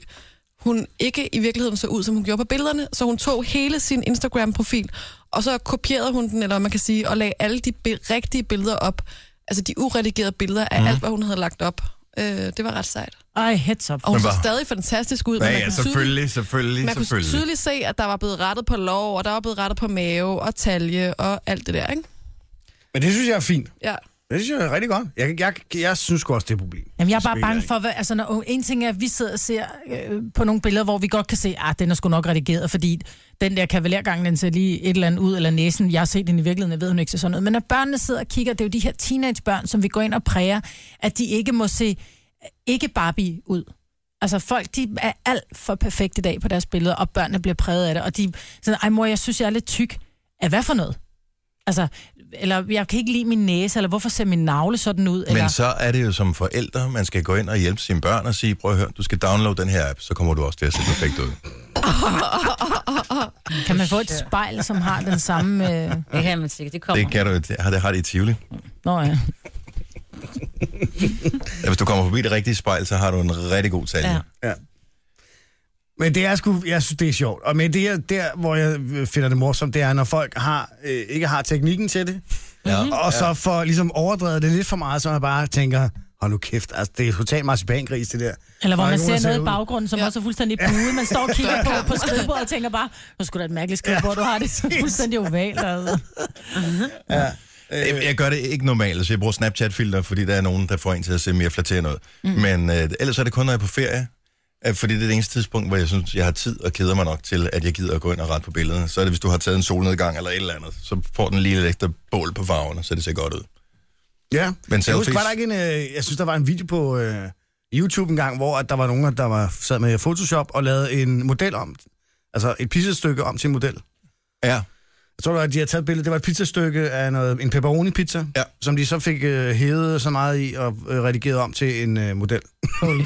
hun ikke i virkeligheden så ud, som hun gjorde på billederne. Så hun tog hele sin Instagram-profil, og så kopierede hun den, eller hvad man kan sige, og lagde alle de bi- rigtige billeder op. Altså de uredigerede billeder
Mhm.
af mm. alt, hvad hun havde lagt op. Øh, det var ret sejt.
Ej, heads up.
Og hun
Men
så
hvor-
stadig fantastisk ud. men
Ja,
man
ja,
kunne
selvfølgelig, selvfølgelig,
man kunne
selvfølgelig.
tydeligt se, at der var blevet rettet på lov, og der var blevet rettet på mave og talje og alt det der, ikke?
Men det synes jeg er fint.
Ja.
Men Det synes jeg er rigtig godt. Jeg, jeg, jeg, jeg synes sgu også, det er et problem.
Jamen, jeg er
Det
bare
smiler
bange
ikke.
for, hvad, altså, når, en ting er, at vi sidder og ser øh, på nogle billeder, hvor vi godt kan se, at den er sgu nok redigeret, fordi den der kavalergang, den ser lige et eller andet ud, eller næsen, jeg har set den i virkeligheden, jeg ved hun ikke ser sådan noget. Men når børnene sidder og kigger, det er jo de her teenagebørn, som vi går ind og præger, at de ikke må se øh, ikke Barbie ud. Altså folk, de er alt for perfekte i dag på deres billeder, og børnene bliver præget af det, og de sådan, ej mor, jeg synes, jeg er lidt tyk. Er hvad for noget? Altså, eller jeg kan ikke lide min næse, eller hvorfor ser min navle sådan ud? eller,
Men så er det jo som forældre, man skal gå ind og hjælpe sine børn og sige, prøv at høre, du skal downloade den her app, så kommer du også til at se perfekt ud.
(laughs) Kan man få et spejl, som har den samme... Øh...
Det kan man sikkert. Det kommer.
Det kan du, det har det, har det i Tivoli.
Nå ja.
Ja, Hvis du kommer forbi det rigtige spejl, så har du en rigtig god salg. Ja.
Ja.
Men det er sgu, jeg synes, det er sjovt. Og men det er der, hvor jeg øh, finder det morsomt, det er, når folk har, øh, ikke har teknikken til det, ja. og så får ligesom overdrevet det lidt for meget, så man bare tænker, hold nu kæft, altså, det er totalt marcipangris, det der.
Eller hvor
Der er
man
ikke nogen,
ser
der
noget i
ud.
baggrunden, som ja. også er fuldstændig buet. Man står og kigger på, på skrivebordet og tænker bare, hvor skulle da et mærkeligt skrivebord, du har det så fuldstændig ovalt. Altså.
Øh.
Jeg, jeg gør det ikke normalt, så jeg bruger Snapchat-filter, fordi der er nogen, der får en til at se mere flatterende ud. Mm. Men øh, ellers er det kun, når jeg er på ferie, øh, fordi det er det eneste tidspunkt, hvor jeg synes, jeg har tid og keder mig nok til, at jeg gider at gå ind og rette på billederne. Så er det, hvis du har taget en solnedgang eller et eller andet, så får den lige lidt ekstra bål på farverne, så det ser godt ud.
Ja, men jeg
selfies-
husker, var der ikke en, øh, jeg synes, der var en video på øh, YouTube en gang, hvor at der var nogen, der var, sad med Photoshop og lavede en model om, altså et pizzastykke om til en model.
Ja,
Jeg tror, det var, at de havde taget et billede. Det var et pizzastykke af noget, en pepperoni-pizza,
Ja.
som de så fik øh, hævet så meget i og øh, redigeret om til en øh, model. (laughs)
Holy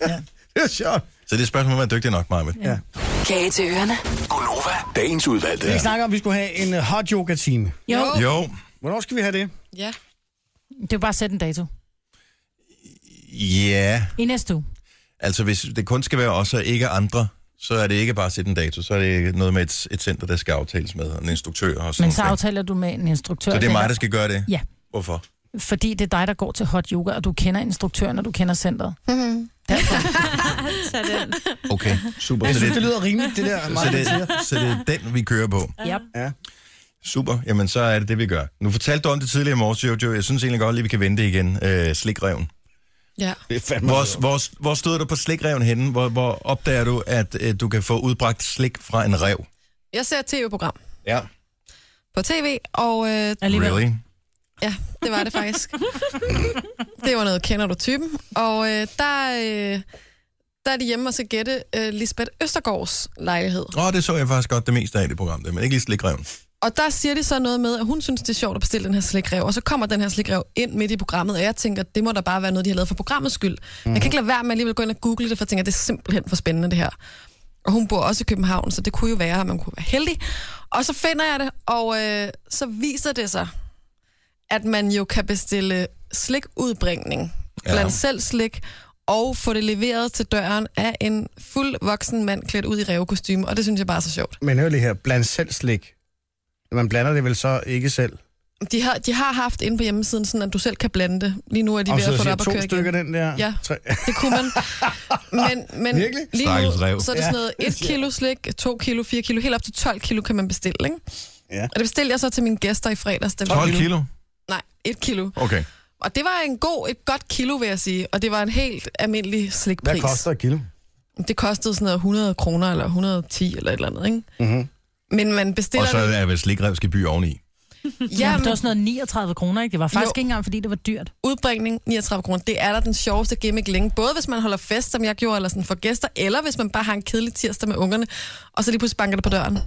Det er sjovt.
så det er et spørgsmål, om man er dygtig nok, Maja. Ja.
Kage til ørerne.
Gunova, dagens udvalgte.
Vi snakker om, at vi skulle have en øh, hot yoga-time.
Jo,
Jo,
Hvornår skal vi have det?
Ja.
det er jo bare at sætte en dato.
ja,
I næste uge.
altså hvis det kun skal være os og ikke andre, så er det ikke bare at sætte en dato, så er det noget med et, et center, der skal aftales med, og en instruktør og sådan
Men så
noget.
aftaler du med en instruktør.
Så det er mig,
eller-
der skal gøre det?
Ja.
Hvorfor?
Fordi det er dig, der går til hot yoga, og du kender instruktøren, og du kender centret.
Så den.
Okay, super.
Jeg
Så
synes, det
det,
lyder rimeligt, det der.
så,
Meget,
det, så det er den, vi kører på.
Yep.
Super, jamen så er det det, vi gør. Nu fortalte du om det tidligere i morges, Jojo. Jeg synes egentlig godt, at vi kan vente igen. Øh, slikreven.
ja.
det er fandme
Hvor, hvor, hvor stod du på slikreven henne? Hvor, hvor opdager du, at øh, du kan få udbragt slik fra en rev?
Jeg ser et tv-program
Ja.
på tv, og øh,
Alligevel.
Really?
ja, det var det
(laughs)
faktisk. det var noget, kender du typen? Og øh, der, øh, der er de hjemme og skal gætte øh, Lisbeth Østergaards lejlighed.
Åh, oh, det så jeg faktisk godt det meste af i det program, der, men ikke lige slikreven.
Og der siger de så noget med, at hun synes, det er sjovt at bestille den her slikrev. Og så kommer den her slikrev ind midt i programmet, og jeg tænker, det må da bare være noget, de har lavet for programmets skyld. Mm. Jeg kan ikke lade være med alligevel gå ind og google det, for jeg tænker, det er simpelthen for spændende det her. Og hun bor også i København, så det kunne jo være, at man kunne være heldig. Og så finder jeg det, og øh, så viser det sig, at man jo kan bestille slikudbringning,
Ja.
blandt selv slik, og få det leveret til døren af en fuld voksen mand klædt ud i rævekostyme, og det synes jeg bare er så sjovt.
Men hør lige her, bland selv slik. Man blander det vel så ikke selv?
De har, de har haft inde på hjemmesiden, sådan at du selv kan blande det. Lige nu er de
Og
ved
så
at få det
siger
op og
to
køre
stykker
igen.
den der.
Ja.
Tre.
Det kunne man. Men, men
Virkelig?
lige nu,
Stakkels ræv.
så er det sådan noget 1 kilo slik, 2 kilo, 4 kilo, helt op til 12 kilo kan man bestille, ikke?
Ja.
Og det bestilte jeg så til mine gæster i fredags. Den
12 kilo?
Nej, 1 kilo.
Okay.
Og det var en god, et godt kilo, vil jeg sige. Og det var en helt almindelig slikpris.
Hvad koster et kilo?
Det kostede sådan noget 100 kroner, eller 110, eller et eller andet, ikke?
Mhm.
Men man
Og
bestiller...
så
det-
er vel slikrev skal by oveni.
Ja,
Ja,
men det var
men
sådan noget 39 kroner, ikke? Det var faktisk
Jo.
jo. ikke engang, fordi det var dyrt.
udbringning 39 kroner, det er da den sjoveste gimmick længe. Både hvis man holder fest, som jeg gjorde, eller sådan for gæster, eller hvis man bare har en kedelig tirsdag med ungerne, og så lige pludselig banker det på døren.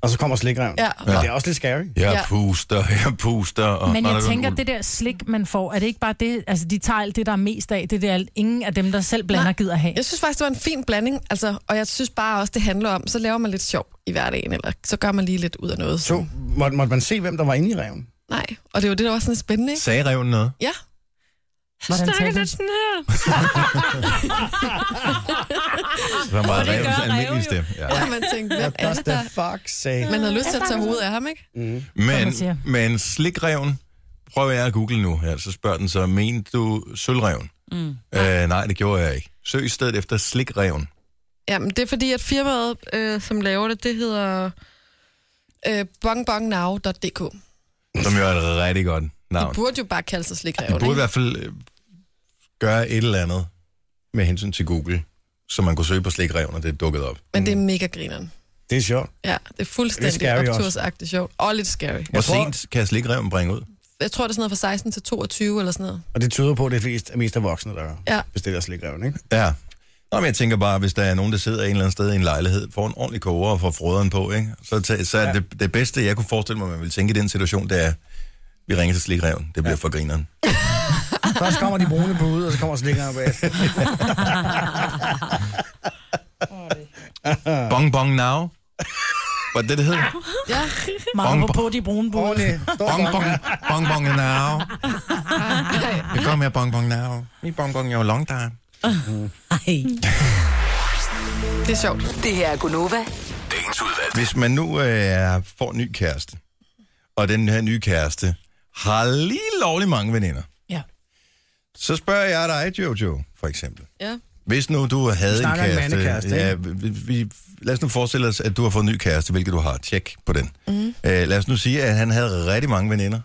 Og så kommer slikreven.
Ja.
Men det er også lidt scary.
Jeg
Ja.
puster, jeg puster. Og
Men
Nå, der
jeg
er
tænker,
en-
det der slik, man får, er det ikke bare det, altså de tager alt det, der er mest af, det er det, alt- ingen af dem, der selv blander,
Nej.
Nej. gider have.
Jeg synes faktisk, det var en fin blanding, altså, og jeg synes bare også, det handler om, så laver man lidt sjov i hverdagen, eller så gør man lige lidt ud af noget.
Så måtte, måtte man se, hvem der var inde i reven?
Nej, og det var det, der var sådan lidt spændende, ikke?
Sagde reven noget?
Ja.
Hvordan talte den?
sådan her.
(laughs) Så var meget
det
revens
gør ræve
almindelige
jo.
stemme. Ja.
ja, man tænkte, hvem er
What
det,
the
der...
fuck sag?
Man havde lyst til at tage hovedet af ham, ikke?
Mm-hmm.
Men,
man siger.
men slikreven, prøver jeg at google nu her, så spørger den så, mente du sølvreven? Mm. Øh, nej, det gjorde jeg ikke. Søg i stedet efter slikreven.
Jamen, det er fordi, at firmaet, øh, som laver det, det hedder øh, bongbongnow.dk.
som jo er et rigtig godt navn.
De burde jo bare kalde sig
De
slikræven,
burde i
ikke?
hvert fald øh, gøre et eller andet med hensyn til Google, så man kunne søge på slikreven, og det dukkede op.
Men det er mega grineren.
Det er sjovt.
Ja, det er
Det er
fuldstændig
scary også.
optursagtigt sjovt. Og lidt scary.
Hvor
tror-
sent kan slikreven bringe ud?
Jeg tror, det er sådan noget fra 16 til 22 eller sådan noget.
Og det tyder på, at det er flest, mest af voksne, der
Ja.
bestiller slikreven, ikke?
Ja. Nå, men jeg tænker bare, hvis der er nogen, der sidder en eller anden sted i en lejlighed, får en ordentlig koger og får froderen på, ikke? så, tag- så er
Ja.
det, det bedste, jeg kunne forestille mig, man ville tænke i den situation, det er, vi ringer til slikreven. Det bliver ja. for grineren.
Først kommer de brune på ude, og så kommer slikreven bagefter.
Bong bong now. Var det det, det hed?
(laughs) Ja,
Bong,
Meget på de brune bud.
Ordentligt. Står
Bong
bong.
bong, bong bong now. Jeg kom her bong bong now. Mi bong bong jo long time.
Ej.
det er sjovt.
Det her er Gunova.
Dagens udvalgte.
Hvis man nu øh, får en ny kæreste, og den her nye kæreste har lige lovlig mange veninder,
Ja.
så spørger jeg dig, Jojo, for eksempel.
Ja.
Hvis nu du havde en
snakker en
kæreste...
mandekæreste, ikke?
ja, vi, vi, lad os nu forestille os, at du har fået en ny kæreste, hvilket du har. Tjek på den. Mm. Øh, lad os nu sige, at han havde rigtig mange veninder.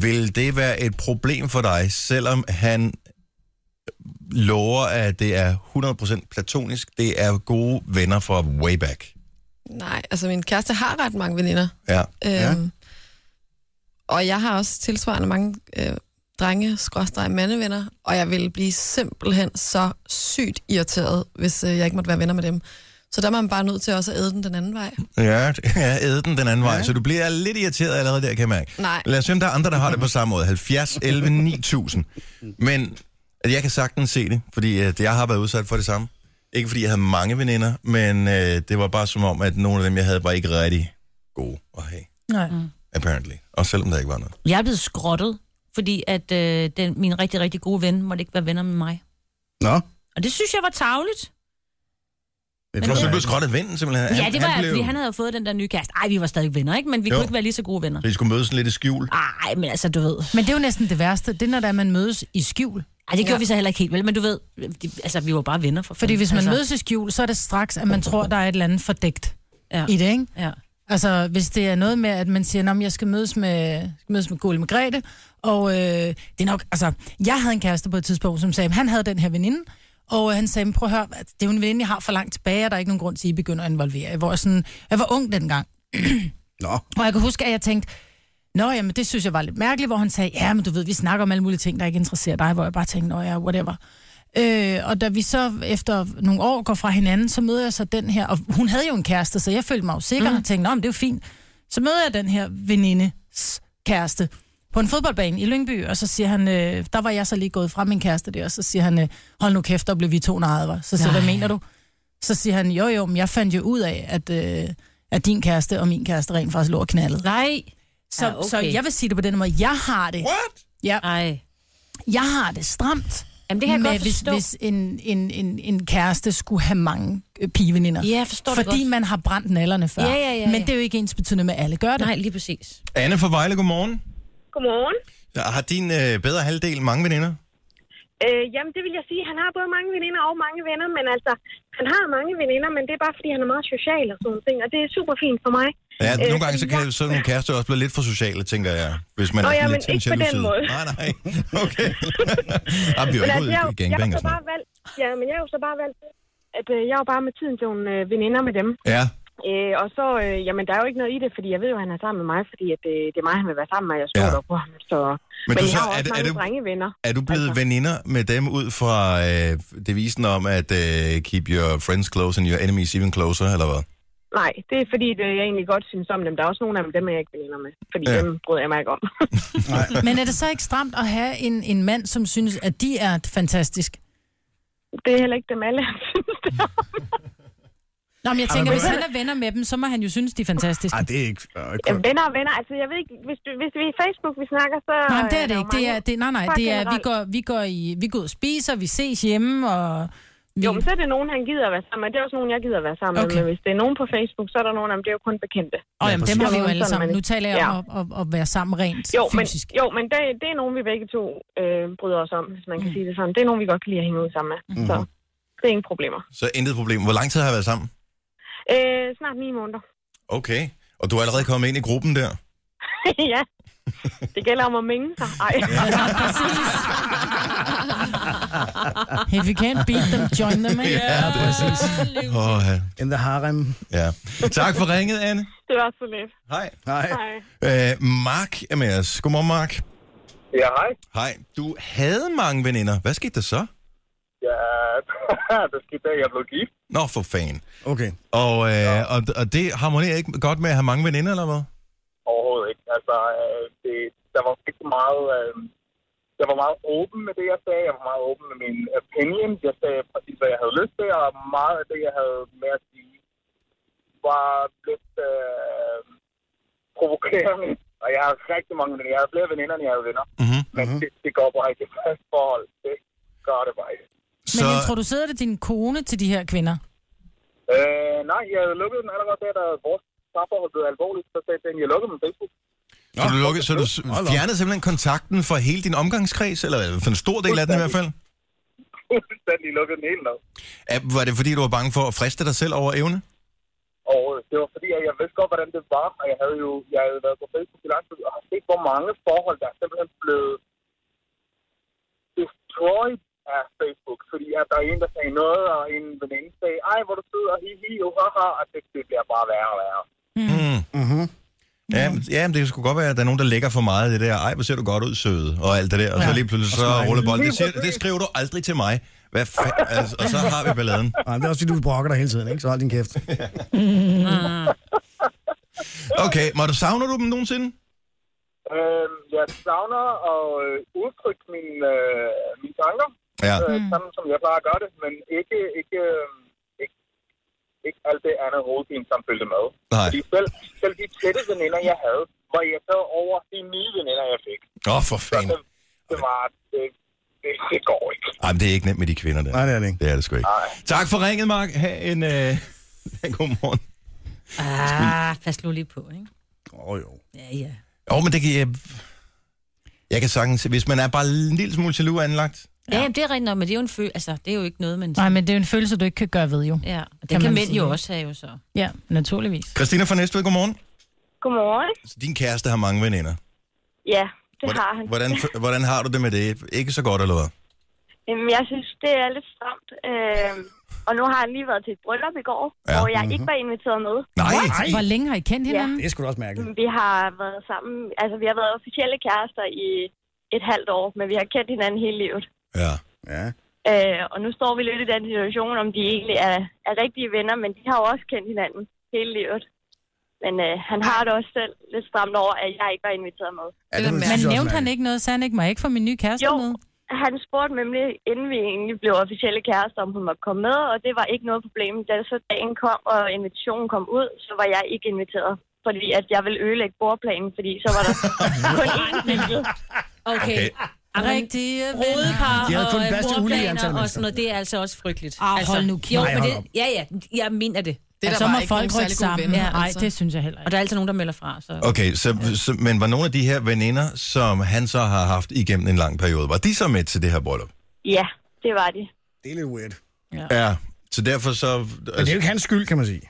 Vil det være et problem for dig, selvom han lover, at det er 100% platonisk? Det er gode venner fra way back.
Nej, altså min kæreste har ret mange veninder.
Ja.
Øhm,
Ja.
ja. Og jeg har også tilsvarende mange øh, drenge, skråstrej mandevenner, og jeg ville blive simpelthen så sygt irriteret, hvis øh, jeg ikke måtte være venner med dem. Så der er man bare nødt til også at æde den den anden vej.
Ja, (laughs) ja æde den den anden ja. vej,
Ja.
så du bliver lidt irriteret allerede der, kan jeg mærke.
Nej.
Lad os se, om der er andre, der har det på samme måde. 70, 11, 9000. Men at jeg kan sagtens se det, fordi at jeg har været udsat for det samme. Ikke fordi jeg havde mange veninder, men øh, det var bare som om, at nogle af dem, jeg havde, var ikke rigtig gode at have,
Nej.
apparently. Og selvom der ikke var noget.
Mm. Jeg er blevet skrottet, fordi at øh, den, min rigtig, rigtig gode ven måtte ikke være venner med mig.
Nå.
Og det synes jeg var tavligt.
Det
Men
Og så
er
blev skrottet vinden simpelthen.
ja, det var, han fordi han havde jo fået den der nye kæreste. Ej, vi var stadig venner, ikke? Men vi
Jo.
jo. kunne ikke være lige så gode venner.
Så I skulle mødes sådan lidt i skjul.
Ej, men altså, du ved.
Men det er jo næsten det værste. Det er, når der man mødes i skjul.
Ej, det gjorde
Ja.
ja. vi så heller ikke helt, vel? Men du ved, de, altså, vi var bare venner. For
Fordi
fanden.
hvis man
altså, Oh.
altså... mødes i skjul, så er det straks, at man tror, der er et eller andet fordækt
Ja.
i det, ikke?
Ja.
Altså, hvis det er noget med, at man siger, at jeg skal mødes med, skal mødes med Gule Margrethe, og øh, det er nok, altså, jeg havde en kæreste på et tidspunkt, som sagde, at han havde den her veninde, og øh, han sagde, "Men prøv at høre, at det er jo en veninde, jeg har for langt tilbage, og der er ikke nogen grund til, at I begynder at involvere jer." hvor jeg, sådan, jeg var ung dengang,
Nå.
og jeg kan huske, at jeg tænkte, Nå, jamen det synes jeg var lidt mærkeligt, hvor han sagde, ja, men du ved, vi snakker om alle mulige ting, der ikke interesserer dig, hvor jeg bare tænkte, nå ja, whatever. Øh, og da vi så efter nogle år går fra hinanden, så møder jeg så den her, og hun havde jo en kæreste, så jeg følte mig jo sikker,
Mhm.
mm. og tænkte, nå, men det er jo fint. Så møder jeg den her venindes kæreste på en fodboldbane i Lyngby, og så siger han, øh, der var jeg så lige gået fra min kæreste der, og så siger han, øh, hold nu kæft, der blev vi to narret, hva'?" Så siger jeg, hvad mener du? Så siger han, jo jo, men jeg fandt jo ud af, at, øh, at din kæreste og min kæreste rent faktisk lå og knaldede.
Nej.
Så,
Ja,
ja,
okay.
okay. så jeg vil sige det på den måde. Jeg har det.
What?
Ja,
Ej.
jeg har "Ah, det stramt.
Jamen, det kan jeg
med,
godt
hvis,
forstå.
hvis en, en, en, en kæreste skulle have mange øh, pigeveninder.
Ja, jeg forstår det
Fordi
godt.
man har brændt nallerne før.
Ja, ja, ja,
Men
ja.
det er jo ikke ens betydende med, at alle gør det.
Nej, lige præcis.
Anne fra Vejle, godmorgen.
Godmorgen.
Har din øh, bedre halvdel mange veninder?
Øh, jamen, det vil jeg sige. Han har både mange veninder og mange venner, men altså, han har mange veninder, men det er bare, fordi han er meget social og sådan nogle ting, og det er super fint for mig.
Ja,
Øh,
nogle gange så
fordi
kan
jeg-
sådan nogle kærester også blive lidt for sociale, tænker jeg. Hvis man
Nå
er sådan
ja,
lidt
men
til
ikke på den
jalouside.
måde.
Nej, nej. (laughs)
(laughs)
Okay. Jamen, vi er jo
Men
ikke
altså,
ude
jeg,
i
er jo- jeg,
gangbang
er
og
jo så
sådan
bare valgt, ja, men jeg er jo så bare valgt, at øh, jeg er jo bare med tiden til nogle øh, veninder med dem.
noget. Ja.
Øh, og så, øh, jamen, der er jo ikke noget i det, fordi jeg ved jo, at han er sammen med mig, fordi at, øh, det er mig, han vil være sammen med, og jeg
Ja.
står ja. på ham. Så... Men,
du
men jeg
så-
har jo
er
også
det- er
mange
det-
drengevenner.
Er du blevet altså.
Altså.
veninder med dem ud fra øh, devisen om at øh, keep your friends close and your enemies even closer, eller hvad?
Mhm. Nej, det er fordi, det, jeg egentlig godt synes om dem. Der er også nogle af dem, dem er jeg ikke veninder med, fordi
Ja.
ja. dem bryder jeg mig
(laughs)
ikke om.
Men er det så ikke stramt at have en, en mand, som synes, at de er fantastisk?
det er heller ikke dem alle, jeg (laughs) synes det er.
Nå, men jeg
Ej,
tænker,
men
hvis
hvad-
han er venner med dem, så må han jo synes, de er fantastiske.
Ej, det er ikke... Øh,
Ja,
kun...
venner og venner. Altså, jeg ved ikke, hvis, du, hvis vi er i Facebook, vi snakker, så...
Nej, men det er
øh,
det
der
ikke. Det er,
mange-
det, nej, nej,
Bare
det er, vi
generelt.
går, vi går, i, vi går ud og spiser, vi ses hjemme, og... Vi,
Jo, men så er det nogen, han gider at være sammen med. Det er også nogen, jeg gider at være sammen okay.
Okay.
med. Men hvis det er nogen på Facebook, så er der nogen af dem, det er jo kun bekendte.
og jamen, dem har vi jo alle
Sådan,
sammen.
man-
Nu taler jeg
Ja.
om at, at, at være sammen rent
Jo, men,
fysisk.
jo, men det, det er nogen, vi begge to øh, bryder os om, hvis man kan mm. sige det sådan. Det er nogen, vi godt kan lide at hænge ud sammen med.
Mm-hmm.
Mm. Så det er ingen problemer.
Mhm. Så intet problem. Hvor lang tid har I været sammen?
Øh, snart ni måneder. (laughs)
Okay. Og du er allerede kommet ind i gruppen der?
ja. Det gælder om at mænge sig. Ej.
(laughs)
If you can't beat them, join them. Ikke?
(laughs) Ja, præcis. Åh, ja.
In the harem.
ja. Tak for ringet, Anne.
det var så lidt.
Hej.
Nej.
Ej.
Øh, Mark er med os. Godmorgen, Mark.
Ja, hej.
Hej. Du havde mange veninder. Hvad skete der så?
Ja, (laughs) der skete det, at jeg blev gift.
Nå, for fanden.
Okay.
Og, øh, ja. og, og det harmonerer ikke godt med at have mange veninder, eller hvad?
Overhovedet ikke. Altså, øh, det, der var ikke meget... Øh, jeg var meget åben med det, jeg sagde. Jeg var meget åben med min opinion. Jeg sagde præcis, hvad jeg havde lyst til, og meget af det, jeg havde med at sige, var lidt øh, provokerende. Og jeg har rigtig mange veninder. Jeg har flere veninder, end jeg har venner.
Mm-hmm.
Men det, det går bare ikke. Fast forhold, det gør det bare ikke.
Men introducerede det din kone til de her kvinder?
Øh, nej, jeg lukkede den allerede der, da vores parforhold blev alvorligt. Så sagde jeg, til hende, jeg lukkede min Facebook. (laughs)
Så du, lukkede, så du s-
Hold op.
fjernede simpelthen kontakten fra hele din omgangskreds, eller for en stor del af den i hvert fald?
Fuldstændig lukkede den helt ned.
Ja, var det fordi, du var bange for at friste dig selv over evne?
Og øh, det var fordi, at jeg vidste godt, hvordan det var. Og jeg havde jo jeg havde været på Facebook i lang tid, og har set, hvor mange forhold, der er simpelthen blevet destroyed af Facebook. Fordi at der er en, der sagde noget, og en veninde sagde, ej, hvor du sidder, hi hi, oh, haha, og det, det bliver bare værre og værre.
Mm-hmm.
Mm. Ja, men- ja, men det skulle godt være, at der er nogen, der lægger for meget i det der. Ej, hvor ser du godt ud, søde, og alt det der. Og så
Ja.
lige pludselig
Og
så
smiley.
ruller bolden. Det,
Lige
siger,
præcis.
det skriver du aldrig til mig. Hvad fa- altså, og så har vi balladen.
Nej, det er også fordi, du brokker dig hele tiden, ikke? Så hold din kæft.
Mm.
Okay, må du savner du dem nogensinde?
Øh, jeg savner at øh, udtrykke mine, øh, mine tanker.
Ja.
øh, sådan som jeg plejer at gøre det, men ikke, ikke, øh, ikke, ikke alt det andet hovedpine, som følte med.
Nej.
Fordi selv, selv de tætte veninder, jeg havde, var jeg så over de nye veninder, jeg fik.
Åh, oh, for
Så
fanden.
det, det var... Det, det, det går ikke.
Ej, men det er ikke nemt med de kvinder der.
Nej, det er det ikke.
Det er det sgu ikke. Tak for ringet, Mark. Ha' en øh, (laughs) god morgen.
Ah, fast nu lige på, ikke?
Åh, oh, jo.
Ja, ja.
Jo, men det kan jeg... Jeg kan sagtens... Hvis man er bare en lille smule jaloux anlagt...
Ja, jamen, det er rigtigt nok, men det er jo en følelse. Altså, det er jo ikke noget, man...
Nej, men det er jo en følelse, du ikke kan gøre ved jo.
Ja, og det
Kan
kan,
man
mænd jo
sige.
også have, jo så.
Ja, naturligvis.
Christina fra Næstved, godmorgen.
Godmorgen.
Så Din kæreste har mange veninder.
Ja, det
Hvordan,
har han.
Hvordan, f- hvordan har du det med det? Ikke så godt, eller hvad?
Jamen, jeg synes, det er lidt stramt. Øh, og nu har han lige været til et bryllup i går,
Ja. mhm.
ja. hvor jeg ikke var inviteret med.
Nej!
Hvor længe har I kendt hinanden?
Det skulle du også mærke.
Vi har været sammen, altså vi har været officielle kærester i et halvt år, men vi har kendt hinanden hele livet.
Ja.
Ja.
Øh, og nu står vi lidt i den situation, om de egentlig er, er rigtige venner, men de har jo også kendt hinanden hele livet. Men øh, han har det også selv lidt stramt over, at jeg ikke var inviteret med.
ja
Det er
synes
mærkeligt.
jeg også
Men nævnte han
mærkeligt.
ikke noget, sagde han ikke, må jeg ikke få min nye kæreste
Jo.
med?
Han spurgte nemlig, inden vi egentlig blev officielle kærester, om hun måtte komme med, og det var ikke noget problem. Da så dagen kom, og invitationen kom ud, så var jeg ikke inviteret. Fordi at jeg ville ødelægge bordplanen, fordi så
(laughs)
var der kun én vinkel.
Okay.
Rigtige venner.
Rodepar
De havde kun plads til
og
ulige antal
bordplaner og
mennesker.
sådan noget, det er altså også frygteligt.
Ah,
altså,
hold nu kæft.
Jo,
Nej,
men
hold
det, ja, ja, jeg mener det.
Det
Ja,
er der
så
bare
må
ikke
folk
nogen
rykke
særlig gode
sammen.
venner,
Nej,
altså.
det synes jeg heller
Og
ikke.
der er altid nogen, der melder fra. Så.
Okay, så, så, men var nogle af de her veninder, som han så har haft igennem en lang periode, var de så med til det her bryllup?
Ja, det var de.
Det er lidt weird.
Ja. Så derfor så...
Men det er
Altså,
jo ikke hans skyld, kan man sige.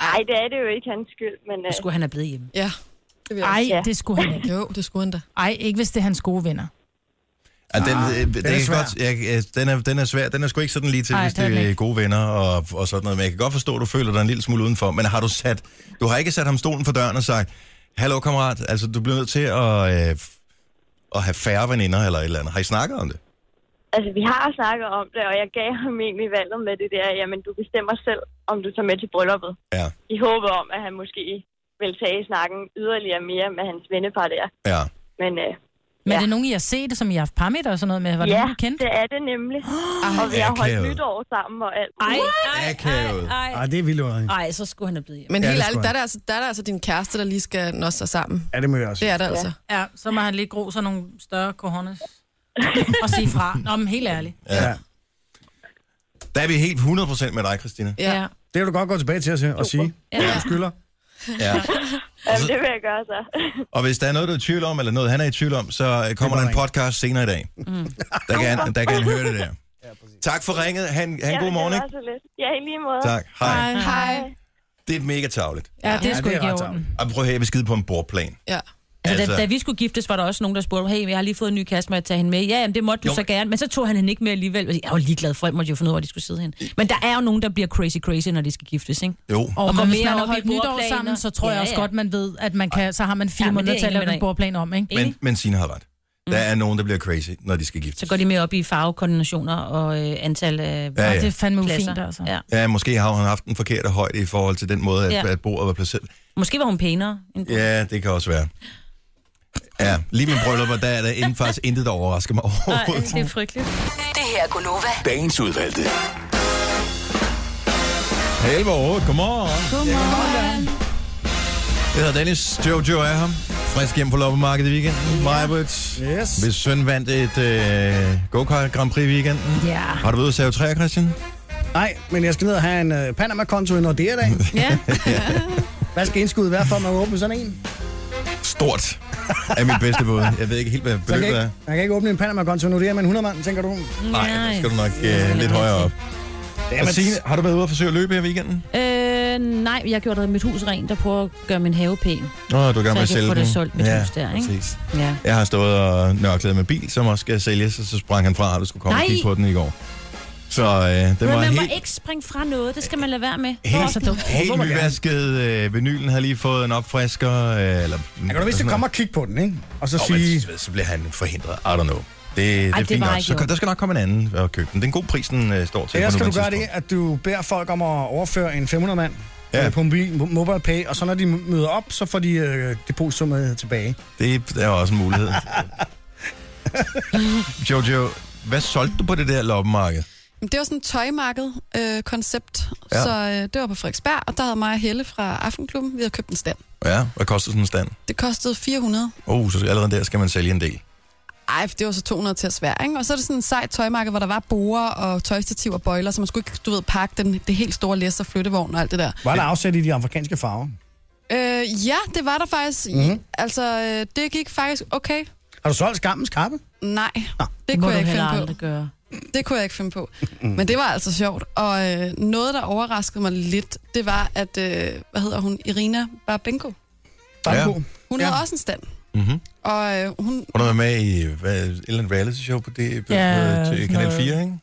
Nej, det er det jo ikke hans skyld, men... Øh,
Så skulle han have blevet hjemme.
Ja. Det vil jeg
Ej,
Ja.
det skulle han ikke.
også. Jo, det skulle han da.
Ej, ikke hvis det er hans gode venner.
ja, den,
Ah,
øh,
den
den,
er
er
svær.
godt, jeg, øh, den, er, den er svær. Den er sgu ikke sådan lige til,
Ej,
hvis
det er
det
den
er
ikke.
gode venner og, og sådan noget. Men jeg kan godt forstå, at du føler dig en lille smule udenfor. Men har du sat... Du har ikke sat ham stolen for døren og sagt, Hallo, kammerat, altså du bliver nødt til at, øh, at have færre veninder eller et eller andet. Har I snakket om det?
Altså, vi har snakket om det, og jeg gav ham egentlig valget med det der, jamen, du bestemmer selv, om du tager med til brylluppet.
Ja.
I håber om, at han måske vil tage snakken yderligere mere med hans vennepar der.
Ja.
Men øh,
Men
Ja.
er det nogen, I har set, som I har haft parmiddag og sådan noget med? Var det
ja,
nogen, du kendte?
det er det nemlig.
(gasps)
og vi har holdt
akavet.
nytår sammen og alt.
Ej, ej,
Akavet.
ej,
Ej,
ej.
det er vildt underligt.
Ej, så skulle han have blevet hjemme.
Men
Ja,
ja, helt
det skulle
ærligt, der
han.
er, der, altså, der er der altså din kæreste, der lige skal nå sig sammen.
Ja, det må jeg også
Det
sige.
er der altså.
Ja, så må han lige gro sig nogle større cojones og sige fra. Nå, men helt ærligt.
Ja.
Ja.
Der er vi helt 100% med dig, Christina.
Ja.
Ja.
Det kan du godt gå tilbage til at se- at sige.
Ja.
Du
(laughs)
skylder.
Ja.
Jamen, det vil jeg gøre så.
Og hvis der er noget, du er i tvivl om, eller noget, han er i tvivl om, så øh, kommer
Det
der
må
en podcast senere i dag. Mm. Der, kan han, der kan han høre det
(laughs)
der. Tak for ringet. Han, han
Ja,
god morgen,
det
ikke?
var så lidt. Ja, i lige måde.
Tak. Hej.
Hej.
Det er mega tavligt.
Ja, det er
Ja,
sgu
det er
ikke i
ret
orden.
Ej, prøv at høre, jeg vil skide på en bordplan.
Ja.
Altså,
Altså-
da, da, vi skulle giftes, var der også nogen, der spurgte, hey, jeg har lige fået en ny kæreste, må jeg tage hende med? Ja, jamen, det måtte du
Jo.
jo. så gerne, men så tog han hende ikke med alligevel. Jeg var ligeglad, folk måtte jo finde ud af, hvor de skulle sidde hen. Men der er jo nogen, der bliver crazy crazy, når de skal giftes, ikke?
Jo.
Og,
Og
og
går
hvis
mere
man har
op i
holdt nytår
bordplaner.
sammen, så tror ja, jeg
Ja,
også
ja.
godt, man ved, at man kan, så har man fire
Ja,
ja,
men det
måneder til
er
at
jeg enig
lave
med
en
dig i.
bordplan om, ikke?
Enig?
Men, men Signe har ret.
Mm.
Der er nogen, der bliver crazy, når de skal giftes.
Så går de mere op i farvekoordinationer og øh, antal af
Ja,
Ja,
ja.
ja. Det er fandme
pladser.
ufint, altså.
Ja.
Ja, måske har hun haft den forkerte højde i forhold til den måde, at, ja.
Ja.
at bordet var placeret.
Måske var hun pænere. End...
Ja, det kan også være. Ja, lige med bryllupper, der er der inden faktisk intet, der overrasker mig
Nej,
overhovedet.
det er frygteligt.
Det her er Gunova.
Dagens udvalgte.
11 år, godmorgen. Godmorgen. Jeg hedder Dennis, Jojo er her. Frisk hjem på loppemarkedet i weekenden. Majbrit,
Yes.
hvis søn vandt et øh, go-kart Grand Prix i weekenden.
Ja.
Har du været ude at save træer, Christian?
Nej, men jeg skal ned og have en øh, Panama-konto i Nordea i dag.
(laughs)
Ja.
Hvad skal indskuddet være for, at man åbner sådan en?
(laughs) Stort er mit bedste bud. Jeg ved ikke helt, hvad
Man kan
beløbet er.
ikke, man kan ikke åbne en Panama-konto i Nordea med en 100 mand, tænker du?
Nej, der skal du nok øh, lidt højere op. Og Signe, har du været ude og forsøge at løbe her i weekenden?
Øh, nej, jeg gjorde mit hus rent og prøver at gøre min have pæn.
Nå, du er i gang med at
Så jeg kan
sælge
få det
den.
solgt, mit
ja,
hus der, ikke?
Præcis.
Ja.
Jeg har stået og nørklet med bil, som også skal sælges, og så sprang han fra, at du skulle komme og
Nej.
kigge på den i går. Så øh, den var
Men man må
helt,
ikke springe fra noget, det skal man lade være med.
helt,
Hvor-
helt, helt nyvasket. Øh, vinylen har lige fået en opfrisker. Øh, eller,
Jeg kan du hvis du kommer og kigge på den, ikke? Og så
Nå, men
sige...
så- så bliver han forhindret. I don't know. Det, det er
det
fint
var
nok.
ikke
Så
i orden.
der skal nok komme en anden og købe den. Det er en god pris, den øh, står til.
Ellers
på
skal du gøre
nuværende
det,
tidspunkt.
at du beder folk om at overføre en 500 mand
Ja.
ja. på mobil, mo- mobile pay, og så når de møder op, så får de øh, depotsummet tilbage.
Det er også en
(laughs)
mulighed. Jojo, hvad solgte du på det der loppemarked?
Men Det var sådan et tøjmarked-koncept,
Ja.
ja. så øh, det var på Frederiksberg, og der havde mig og Helle fra Aftenklubben, vi havde købt en stand.
Ja, hvad kostede sådan en stand?
Det kostede 400.
Oh, så allerede der skal man sælge en del.
Ej, for det var så 200 til at svære, ikke? Og så er det sådan en sejt tøjmarked, hvor der var borer og tøjstativ og bøjler, så man skulle ikke, du ved, pakke den, det helt store læs og flyttevogn og alt det der.
Var der afsæt i de afrikanske farver?
Øh, ja, det var der faktisk.
Mhm.
Mm-hmm. Altså, øh, det gik faktisk okay.
Har du solgt skammens kappe?
Nej,
Nå.
det
må
kunne
du
jeg ikke
heller
finde på.
aldrig gøre.
Det kunne jeg ikke finde på. Men det var altså sjovt. Og øh, noget, der overraskede mig lidt, det var, at, øh, hvad hedder hun, Irina Barbenko.
Banko?
Ja.
Hun
Ja.
ja. havde også en stand.
Mhm.
Og øh, hun,
Hun har været med i hvad, et eller andet reality show på, det, på,
Ja,
på til Kanal
noget.
4, ikke?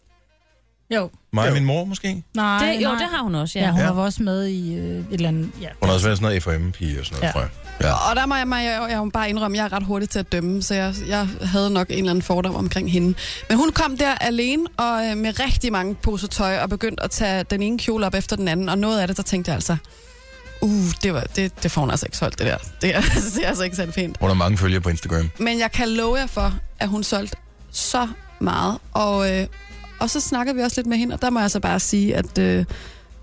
Jo.
Mig og min mor måske?
Nej,
Det, jo,
nej.
det har hun også, ja.
Ja, hun
Ja.
ja. var også med i øh, et eller andet... Ja.
Hun har også været sådan noget FHM-pige og sådan noget, ja.
Ja.
tror jeg. Ja.
og der må jeg, må jeg, jeg må bare indrømme, jeg er ret hurtig til at dømme, så jeg, jeg havde nok en eller anden fordom omkring hende. Men hun kom der alene og øh, med rigtig mange poser tøj og begyndte at tage den ene kjole op efter den anden. Og noget af det, der tænkte jeg altså, uh, det, var, det, det får hun altså ikke solgt, det der. Det er, (laughs) det er altså ikke særlig pænt.
Hun har mange følgere på Instagram.
Men jeg kan love jer for, at hun solgte så meget. Og, øh, og så snakkede vi også lidt med hende, og der må jeg så bare sige, at øh, der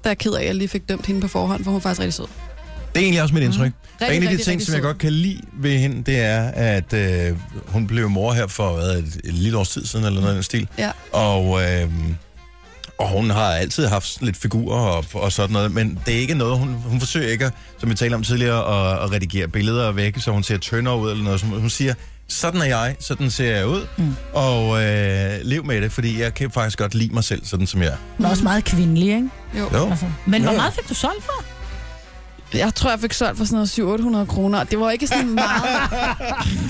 er jeg ked af, at jeg lige fik dømt hende på forhånd, for hun er faktisk rigtig sød.
Det er egentlig også mit indtryk. Mm. Rigtig, en af de
Mhm. rigtig,
ting,
rigtig
som jeg
sød.
godt kan lide ved hende, det er, at øh, hun blev mor her for hvad, et, et lille års tid siden, eller noget i den stil.
Ja.
Og, øh, og hun har altid haft sådan lidt figurer og, og sådan noget, men det er ikke noget, hun, hun forsøger ikke, at, som vi talte om tidligere, at, at redigere billeder væk, så hun ser tyndere ud eller noget. Som, hun siger, sådan er jeg, sådan ser jeg ud, mm. og øh, lev med det, fordi jeg kan faktisk godt lide mig selv, sådan som jeg er.
Hun er også meget kvindelig, ikke?
Jo.
Jo.
Altså. Men hvor
Ja.
meget fik du solgt for?
Jeg tror, jeg fik solgt for sådan noget 700-800 kroner, og det var ikke
(laughs)
sådan meget.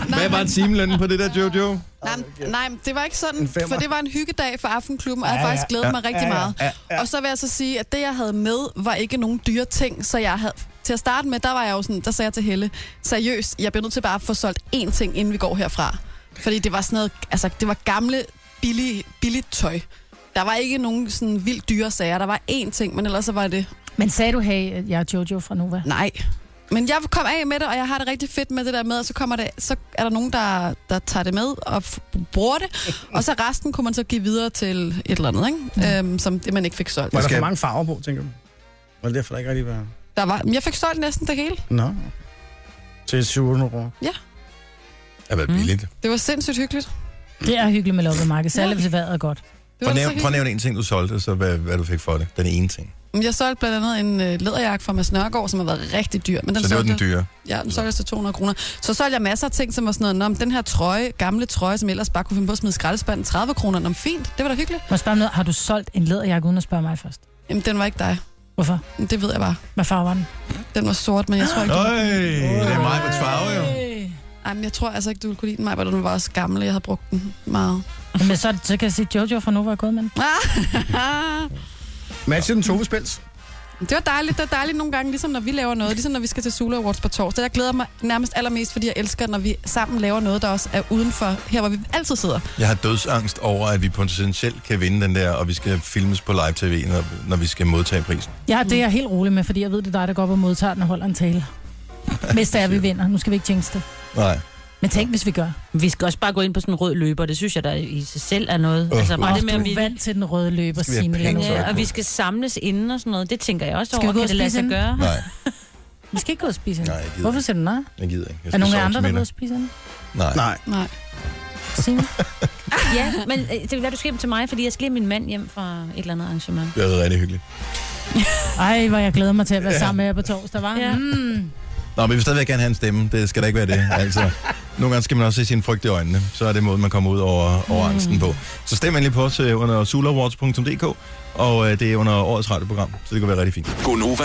nej,
Hvad var
men,
timelønnen på det der, Jojo?
nej, men- nej, men det var ikke sådan,
femmer.
for det var en hyggedag for Aftenklubben, og jeg
Ja,
har faktisk
ja.
glædet mig rigtig
ja,
meget.
ja, ja.
Og så vil jeg så sige, at det, jeg havde med, var ikke nogen dyre ting, så jeg havde... Til at starte med, der var jeg jo sådan, der sagde jeg til Helle, seriøst, jeg bliver nødt til bare at få solgt én ting, inden vi går herfra. Fordi det var sådan noget, altså det var gamle, billige, billigt tøj. Der var ikke nogen sådan vildt dyre sager. Der var én ting, men ellers så var det
Men sagde du, hey, at jeg er Jojo fra Nova?
nej. Men jeg kom af med det, og jeg har det rigtig fedt med det der med, og så, kommer det, så er der nogen, der, der tager det med og f- bruger det. Og så resten kunne man så give videre til et eller andet, ikke? Øhm, som det, man ikke fik solgt.
Var der
skal-
for mange farver på, tænker du? Var det derfor, der ikke rigtig var...
Der var, men jeg fik solgt næsten det hele.
Nå. Til 700 kroner.
Det har været billigt.
Mm. Det var sindssygt hyggeligt.
Det er hyggeligt med loppemarked, særligt hvis vejret er godt.
Det
Prøv
var
at
da så
nævne, prøv at
hyggeligt.
nævne en ting, du solgte, og så hvad, hvad du fik for det. Den ene ting.
Men Jeg solgte blandt andet en øh, læderjakke fra Mads Nørgaard, som har været rigtig dyr. Men den
Så det var
solgte,
den dyre.
Ja, den solgte jeg til 200 kroner. Så solgte jeg masser af ting, som var sådan noget, Nå, men den her trøje, gamle trøje, som jeg ellers bare kunne finde på at smide i skraldespanden, 30 kroner, om fint, det var da hyggeligt.
Må jeg spørge om noget? Har du solgt en læderjakke uden at spørge mig først?
Jamen, den var ikke dig.
Hvorfor?
Det ved jeg bare.
Hvad farve var den?
Den var sort, men jeg tror ikke...
Øj, det er mig på farve, jo.
Ej, men jeg tror altså ikke, du ville kunne lide den, Maja, den var også gammel, og jeg havde brugt den meget. Ah!
Men så, så kan jeg sige, Jojo fra Nova er gået med den.
Matcher den (laughs)
(laughs)
Tove-spils?
Det var dejligt. Det er dejligt nogle gange, ligesom når vi laver noget, ligesom når vi skal til Sula Awards på torsdag. Jeg glæder mig nærmest allermest, fordi jeg elsker, når vi sammen laver noget, der også er udenfor, her hvor vi altid sidder.
Jeg har dødsangst over, at vi potentielt kan vinde den der, og vi skal filmes på live-tv, når, når vi skal modtage prisen.
Ja, det er jeg helt rolig med, fordi jeg ved, det er dig, der går op og modtager den og holder en tale. Hvis det er, vi vinder. Nu skal vi ikke jinx det.
Nej.
Men tænk, hvis vi gør.
Vi skal også bare gå ind på sådan en rød løber. Det synes jeg, der i sig selv er noget.
Åh,
altså,
åh.
bare
Og
det med, om
du er
vi...
vant til den røde løber,
Skal vi have
Signe.
penge?
Lund.
Ja, og vi skal samles inden og sådan noget. Det tænker jeg også
Skal vi
over.
gå
Kan
og
det lade sig
spise inden?
gøre?
(laughs)
Nej,
Vi skal ikke gå og spise
Nej, jeg
hende.
gider
Hvorfor
ikke.
siger du nej?
jeg gider ikke. Jeg
Er
skal
nogen af
sove
andre,
til
der går og
middag.
spise hende?
Nej. Nej.
Nej.
Nej.
Signe?
Ja, men øh, det kan være, du skal hjem til mig, fordi jeg skal lige have min mand hjem fra et eller andet arrangement.
Det er rigtig hyggeligt.
Ej, hvor jeg glæder mig til at være sammen med jer på torsdag, var.
Ja.
Ja. Mm.
Nå, men vi vil stadigvæk gerne have en stemme. Det skal da ikke være
(laughs)
det. Altså, nogle gange skal man også se sin frygt i øjnene. Så er det måden, man kommer ud over,
Mm.
over angsten på. Så stem endelig på os øh, under sulawards.dk, og øh, det er under årets radioprogram, så det kan være rigtig fint.
Gonova,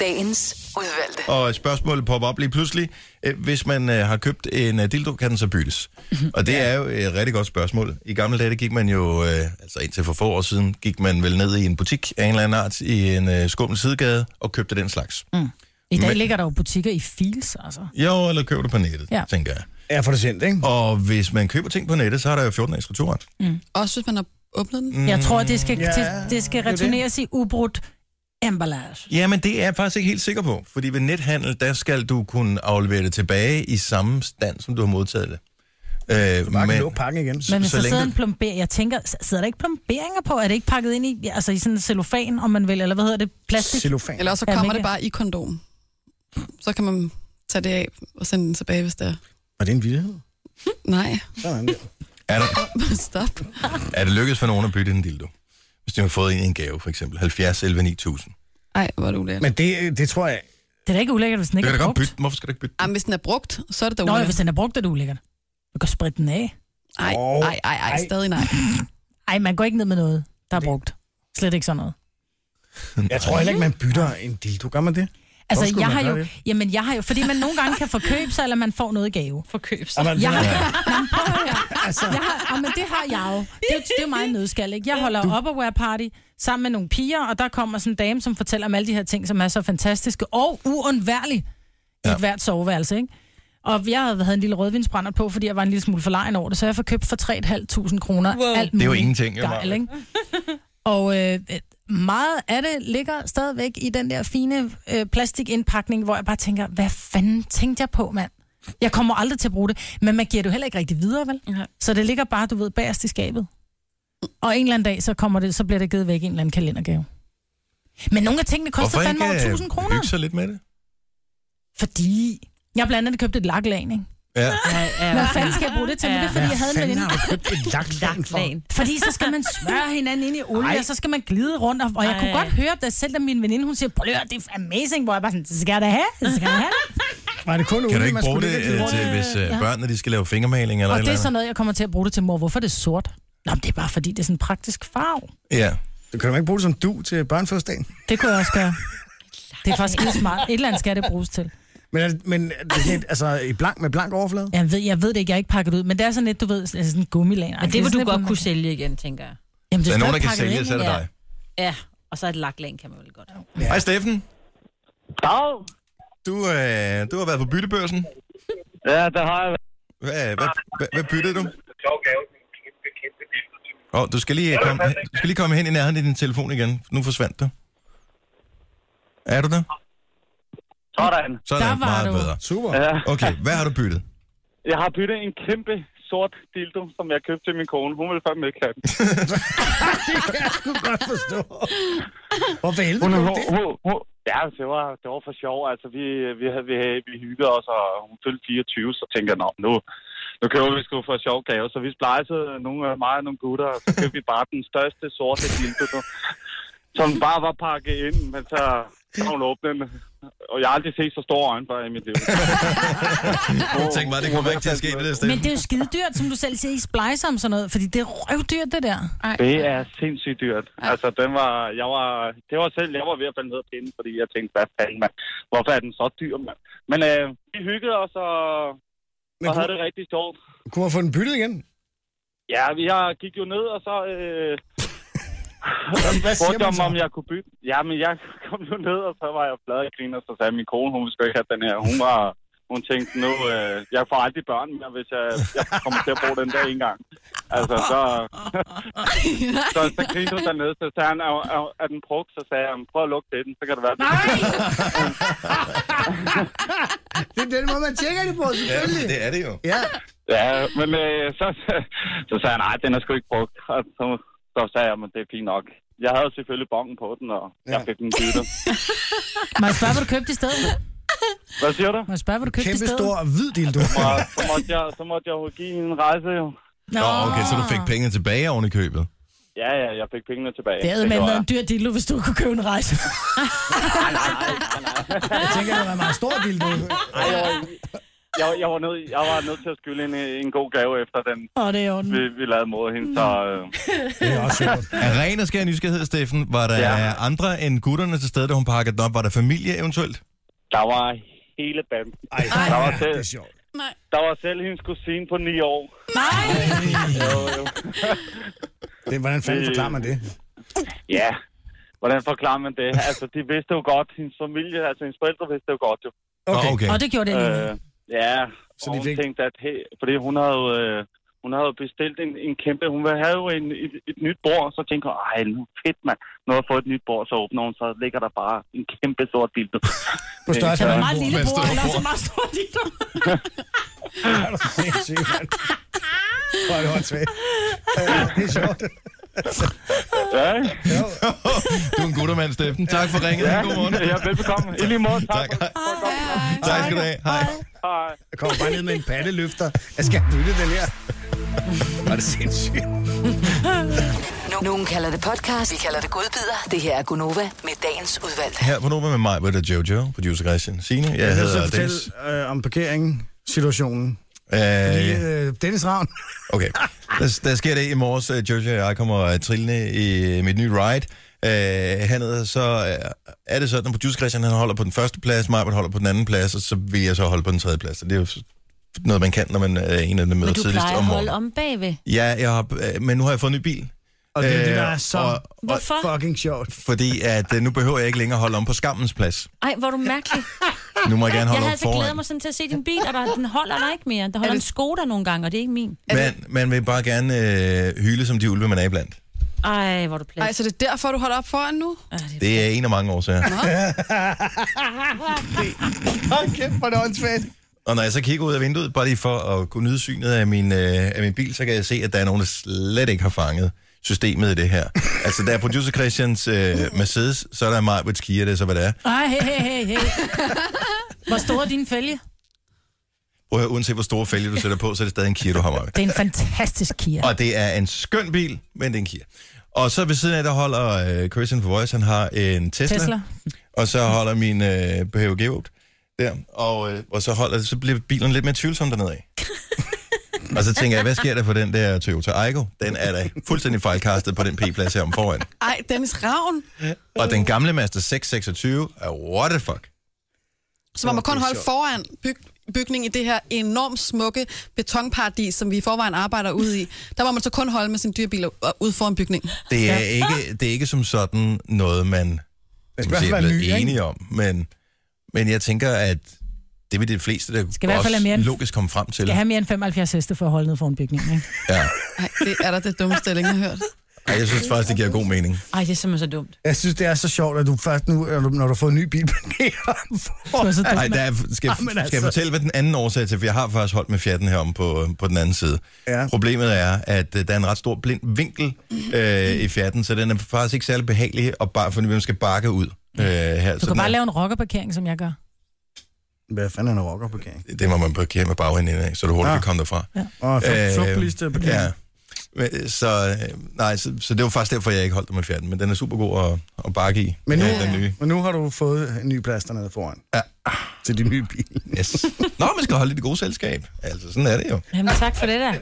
Dagens udvalgte.
og spørgsmålet popper op lige pludselig. Øh, Hvis man øh, har købt en øh, dildo, kan den så byttes?
Mhm.
Og det er jo et rigtig godt spørgsmål. I gamle dage der gik man jo, øh, altså indtil for få år siden, gik man vel ned i en butik af en eller anden art i en øh, skummel sidegade og købte den slags. Mm.
I dag
Men-
ligger der jo butikker i Fils, altså.
Jo, eller køber det på nettet, ja.
Ja.
tænker jeg.
Ja, for det sendt, ikke?
Og hvis man køber ting på nettet, så er der jo 14 dages returret.
Mm. Også hvis man har åbnet den.
Jeg tror, det skal,
Mm. ja,
yeah, det, det skal
det er det.
returneres i ubrudt emballage.
Ja, men det er jeg faktisk ikke helt sikker på, fordi ved nethandel, der skal du kunne aflevere det tilbage i samme stand, som du har modtaget det. Øh,
Bare kan
men-
lukke pakken igen.
Men hvis
så
der
længe
sidder
du-
en plomber, jeg tænker, s- sidder der ikke plomberinger på? Er det ikke pakket ind i, altså i sådan en cellofan, om man vil, eller hvad hedder det, plastik?
Cellofan.
Eller også
Ja,
så kommer
mega.
det bare i kondom. Så kan man tage det af og sende den tilbage, hvis det er.
Var det en vildhed?
Nej,
Sådan der.
Er der,
(laughs) stop.
Er det lykkedes for nogen at bytte en dildo? Hvis de har fået en i en gave, for eksempel. 70, 11, 9000.
Ej, hvor er det ulækkert.
Men det, det tror jeg...
Det er da ikke ulækkert, hvis den
Du
ikke
kan da
er
godt
brugt.
bytte den. Hvorfor skal du ikke bytte den?
Jamen, hvis den er brugt, så er det da
Nå, ja, hvis
ulækkert.
den er brugt, er det ulækkert. Du kan spritte den af.
Ej,
Åh,
ej, ej, ej,
ej.
stadig nej.
Ej, man går ikke ned med noget, der er brugt. Slet ikke sådan noget.
Jeg tror heller ikke, man bytter en dildo. Gør man det?
Altså,
skulle
jeg
man
har
gøre
jo,
det?
jamen, jeg har jo, fordi man nogle gange kan forkøbe sig, eller man får noget i gave.
For køb
Og man,
Jeg har,
ja.
Nå, men prøv at høre. jeg har, oh, men det har jeg jo. Det, er jo- det er jo mig en nødskal, ikke? Jeg holder Upperwear Party sammen med nogle piger, og der kommer sådan en dame, som fortæller om alle de her ting, som er så fantastiske og uundværlige i
Ja.
et hvert soveværelse, ikke? Og jeg havde, havde en lille rødvinsbrænder på, fordi jeg var en lille smule for lejen over det, så jeg får købt for 3.500 kroner.
Wow.
Alt
Det er jo
muligt
ingenting, jo,
Gejl,
Maja. (laughs)
ikke? Og øh, meget af det ligger stadigvæk i den der fine øh, plastikindpakning, hvor jeg bare tænker, hvad fanden tænkte jeg på, mand? Jeg kommer aldrig til at bruge det, men man giver det jo heller ikke rigtig videre, vel?
Nej.
Så det ligger bare, du ved, bagerst i skabet. Og en eller anden dag, så, kommer det, så bliver det givet væk i en eller anden kalendergave. Men nogle af tingene koster fandme over 1000
øh,
kroner.
hygge sig lidt med det?
Fordi jeg blandt andet købte et laklag, ikke?
Ja.
Hvad fanden skal jeg bruge det til? Men det er, fordi jeg havde en
Fanden
veninde.
har du købt et lakland for?
Laklan.
Fordi så skal man
(laughs)
smøre hinanden ind i olie,
Ej.
og så skal man glide rundt. Og, og jeg kunne
Ej.
godt høre, da selv da min veninde, hun siger, prøv lige at høre, det er amazing, hvor jeg bare sådan, det skal jeg da have, det skal jeg have.
Var det kun
Kan du
olie,
ikke
man
bruge
skulle
det
lægge
øh,
lidt
til, hvis øh,
Ja.
børnene de skal lave fingermaling eller
og
et
det er
eller
sådan
andet?
noget, jeg kommer til at bruge det til mor. Hvorfor er det sort? Nå, men det er bare fordi, det er sådan en praktisk farve.
Ja.
rundt? Kan du ikke bruge det som du til børnefødselsdagen?
Det kunne jeg også gøre. Det er faktisk lidt smart. Et eller andet skal det bruges til.
Men, er det- men er det sådan et, altså, i blank, med blank overflade?
Jeg ved, jeg ved det ikke, jeg er ikke pakket ud, men det er sådan lidt, du ved, altså sådan en gummilan.
Men det vil du godt kunne sælge igen, tænker jeg.
Jamen,
Der
det
er
er
nogen, der
stadig pakket
kan sælge,
ind,
så er det dig.
ja. Ja, og så et laklan kan man vel godt.
Hej Steffen.
Dag.
Du, øh, du har været på byttebørsen.
Ja, der har jeg været.
Hvad, hvad, hvad, hvad byttede du?
Sjov gave. Kæmpe, kæmpe dildo.
Åh, du, skal lige øh, komme, du skal lige komme hen i nærheden af din telefon igen. Nu forsvandt du. Er du der?
Sådan.
Sådan,
Der var
meget
du.
bedre.
Super.
Ja.
Okay, hvad har du byttet?
Jeg har byttet en kæmpe sort dildo, som jeg købte til min kone. Hun ville fandme ikke have den.
Det kan jeg sgu godt forstå. Hvorfor helvede
Hun,
blev
hun,
det?
hun, hun, ja, altså, det var, det var for sjov. Altså, vi, vi, havde, vi, havde, vi hyggede os, og hun fyldte 24, så tænkte jeg, "Nå, nu, nu køber vi sgu for sjov gave. Så vi splejsede nogle af mig og nogle gutter, og så købte vi bare den største sorte dildo, som bare var pakket ind. Men så Så var hun åbne, og jeg har aldrig set så store øjenbryn i mit
(laughs)
liv.
Jeg tænkte bare, det kommer ikke til at ske det der sted.
Men det er jo skidedyrt, som du selv siger, I splicer om sådan noget, fordi det er røvdyrt, det der.
Ej. Det er sindssygt dyrt. Altså, den var, jeg var, det var selv, jeg var ved at falde ned af pinden, fordi jeg tænkte, hvad fanden, mand? Hvorfor er den så dyr, mand? Men øh, vi hyggede os, og,
Men
og
kunne,
havde det rigtig sjovt.
kunne man få den byttet igen?
Ja, vi har gik jo ned, og så...
(laughs)
Øh,
Hvad siger
spurgte
man
om,
så?
om jeg kunne bytte. Ja, men jeg (laughs) kom jo ned, og så var jeg flad og griner, og så sagde min kone, hun skal ikke have den her. Hun var... Hun tænkte nu, øh, jeg får aldrig børn mere, hvis jeg, jeg kommer til at bruge den der en gang. Altså, så, så, så grinte hun dernede, så sagde han, er, er, er den brugt? Så sagde han, prøv at lukke til den, så kan det være.
Det er den måde, man tjekker det på,
Ja,
selvfølgelig.
det er det jo.
Ja,
Ja, men øh, så, så sagde han, nej, den er sgu ikke brugt. Og så, så sagde jeg, men det er fint nok. Jeg havde selvfølgelig bongen på den, og ja. jeg
Ja.
fik den byttet.
Må jeg spørge, hvad du købte i stedet?
Hvad siger du?
Må jeg spørge, hvad du købte i
kæmpe
stedet?
stor hvid dildo.
Og så måtte jeg, så måtte jeg jo give hende en rejse. jo.
Nå, okay, så du fik pengene tilbage oven i købet.
Ja, ja, jeg fik pengene tilbage.
Det havde med
gjorde
været en
jeg.
dyr dildo, hvis du kunne købe en
(laughs)
rejse.
Jeg tænker, det var en meget stor dildo.
Ej, jeg, var, jeg, jeg, var nød, jeg var nødt til at skylde en, en god gave efter den,
Åh, det er i orden.
vi, vi lavede mod hende. Så, øh,
Det er også sjovt.
Af ren og skær nysgerrighed, Steffen, var der
Ja.
ja. andre end gutterne til stede, da hun pakkede den op? Var der familie eventuelt?
der var hele banden.
Ej,
Der var,
det
selv,
er sjovt.
der var selv hendes kusine på 9 år. Jo, jo.
Det, hvordan fanden forklarer man det?
Ja, hvordan forklarer man det? Altså, de vidste jo godt, hendes familie, altså hendes forældre vidste jo godt jo.
Okay.
Okay.
Nå, okay.
Og det gjorde det alligevel.
Øh, ja,
Så
så og
de
hun
fik-
tænkte, at hey, fordi hun havde, øh, hun havde bestilt en, en kæmpe, hun ville have jo en, et, et nyt bord, og så tænkte hun, ej, nu fedt mand, nu har jeg fået et nyt bord, så åbner hun, så ligger der bare en kæmpe stor (laughs) dildo.
På størrelse
Kan
med
være
en
meget lille
Med en
bror,
stor
eller også
bror.
meget stor
(laughs)
dildo.
Er du sindssyg, mand? Hvor er det åndssvagt. Øh, Det er sjovt.
Ja, ikke?
(laughs) du er en guttermand, Steffen. Tak for ringet.
ja,
God morgen.
ja, velbekomme. I lige måde, tak.
Tak. Hej. Tak skal du have. Hej.
Hej.
Jeg kommer bare ned med en paddeløfter. Jeg skal bytte den her. Var det sindssygt.
Nu- (laughs) Nogen kalder det podcast, vi kalder det godbider. Det her er Gunova med dagens udvalgte.
Her på Nova med mig, var det Jojo, producer Christian Signe. Jeg,
Jeg hedder så
hedder
at fortælle
Dennis.
øh, om parkeringen, situationen.
Øh,
Lige, øh, Dennis Ravn. (laughs)
Okay. Der, der sker det i morges. øh, Jojo og jeg kommer øh, trillende i mit nye ride. Øh, hernede, så øh, er det sådan, at producer Christian han holder på den første plads, Marbert holder på den anden plads, og så vil jeg så holde på den tredje plads. Så det er jo s- noget, man kan, når man er en af dem møder
Men du
tidligst
plejer
om
at holde
morgenen.
om bagved.
Ja, jeg har, øh, men nu har jeg fået en ny bil.
Og det er det, der er
Øh,
så
og-
Hvorfor?
fucking sjovt.
Fordi at øh, nu behøver jeg ikke længere holde om på skammens plads.
Ej, hvor er du
(laughs)
mærkelig.
Nu må jeg gerne
Jeg
holde
havde
om
altså
foran.
glædet mig sådan til at se din bil, og der, den holder der ikke mere. Der holder en Skoda nogle gange, og det er ikke min.
Man, man vil bare gerne øh, hyle som de ulve, man er iblandt.
Ej, hvor er du plet.
Ej, så det er derfor, du holder op foran nu?
Ej, det er
Det er en af mange årsager. (laughs)
Hold kæft, hvor er det åndssvagt.
Og når jeg så kigger ud af vinduet, bare lige for at kunne nyde synet af min, øh, af min bil, så kan jeg se, at der er nogen, der slet ikke har fanget systemet i det her. Altså, der er producer Christians øh, Mercedes, så er der Marvits Kia, det er så, hvad det er.
Ej, hey, hey, hey, hey. Hvor stor er din fælge?
Prøv at høre, uanset hvor store fælge du sætter på, så er det stadig en Kia, du har, Marvitt.
Det er en fantastisk Kia.
Og det er en skøn bil, men det er en Kia. Og så ved siden af, der holder øh, Christian for Voice, han har en Tesla.
Tesla.
Og så holder min øh, PHG ud der. Og, øh, og så, holder, så bliver bilen lidt mere tvivlsom dernede af. og så tænker jeg, hvad sker der for den der Toyota Aygo? Den er da fuldstændig fejlkastet på den P-plads her om foran.
Ej, Dennis Ravn.
Og den gamle Mazda 626 er what the fuck?
Så man må kun holde foran byg bygning i det her enormt smukke betonparadis, som vi i forvejen arbejder ude i. Der må man så kun holde med sin dyrebil og- ude foran bygningen.
Det er, ikke, det er ikke som sådan noget, man
Det
som
skal i
man
hvert
siger, er
fald være ny,
blevet
ikke?
enige om. Men, men jeg tænker, at det vil de fleste, der
i hvert fald
også
have mere end-
logisk komme frem til.
Skal have mere end 75 heste for at holde ned foran bygningen, ikke?
Ja.
Ej, det er da det dummeste, jeg længe har hørt.
Ej, jeg synes faktisk, det giver god mening.
Ej, det er simpelthen så dumt.
Jeg synes, det er så sjovt, at du først nu, øh, når du, når du får en ny bil, (laughs) parkerer
Du er
foran.
så dum.
Nej, der er, skal,
Jamen,
skal jeg
altså.
fortælle, hvad den anden årsag er til, for jeg har faktisk holdt med fjatten herom på, på den anden side.
Ja.
Problemet er, at øh, der er en ret stor blind vinkel øh, i fjatten, så den er faktisk ikke særlig behagelig at bare finde, hvem skal bakke ud. Øh, her.
Du
den
kan bare
er,
lave en rockerparkering, som jeg gør.
Hvad fanden er en rockerparkering?
Det må man parkere med bagenden af, så du hurtigt
Ah.
kan komme derfra.
Åh,
Øh,
flugtbiliste parkering.
Ja. Men, så, øh, nej, så, så det var faktisk derfor, jeg ikke holdt den med fjerten, men den er super god at, at bakke i.
Men nu,
øh, den nye.
ja. men nu har du fået en ny plads dernede foran.
Ja.
Til din nye bil.
Yes. Nå, man skal holde lidt gode selskab. Altså, sådan er det jo.
Jamen, tak for det der.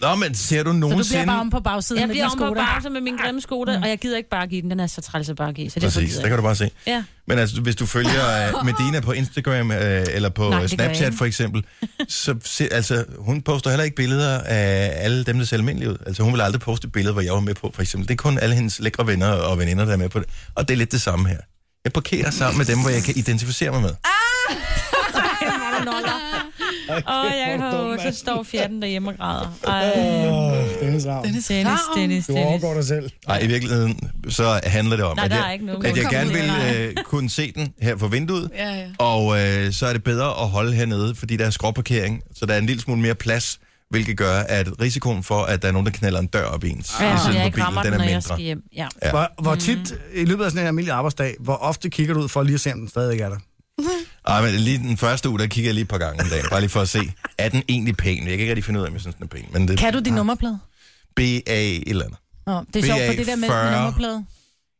Nå, men ser du
Så
nogensinde...
du bliver bare om på bagsiden
Jeg
med
bliver
din
om på
Skoda.
bagsiden med min grimme skoda, og jeg gider ikke bare give den. Den er så træls at bare give, så det
Præcis,
er
der kan du bare se.
Ja.
Men altså, hvis du følger øh, Medina på Instagram øh, eller på Nej,
Nej, det gør jeg
Snapchat
ikke.
for eksempel, så se, altså, hun poster heller ikke billeder af alle dem, der ser almindelige ud. Altså, hun vil aldrig poste et billede, hvor jeg var med på, for eksempel. Det er kun alle hendes lækre venner og veninder, der er med på det. Og det er lidt det samme her. Jeg parkerer sammen med dem, hvor jeg kan identificere mig
Ah! (laughs)
med.
Åh, oh, jeg håber, så står fjerten derhjemme og græder. Ej,
Øh, Dennis Ravn.
Dennis, Dennis,
Du
Dennis.
overgår dig selv.
Nej, i virkeligheden, så handler det om,
Nej,
at
der
jeg,
er ikke noget.
at jeg
Kom
gerne
ud,
vil
nej.
øh, kunne se den her fra vinduet,
Ja, ja.
Og øh, så er det bedre at holde hernede, fordi der er skråparkering, så der er en lille smule mere plads, hvilket gør, at risikoen for, at der er nogen, der knalder en dør op i ens
Ja,
i
så
siden
jeg
på
ikke rammer
bilen,
den,
den
når
er
jeg skal
mindre.
hjem. Ja. Mm.
Ja.
Hvor, hvor tit i løbet af sådan en almindelig arbejdsdag, hvor ofte kigger du ud for lige at se, om den stadigvæk er der?
Ej, men lige den første uge, der kigger jeg lige et par gange om dagen, bare lige for at se, er den egentlig pæn? Jeg kan ikke rigtig finde ud af, om jeg synes, den er pæn, men det er
Kan du din nummerplade?
BA et eller andet.
Nå, det er sjovt, for det der med, med
40.
nummerplade.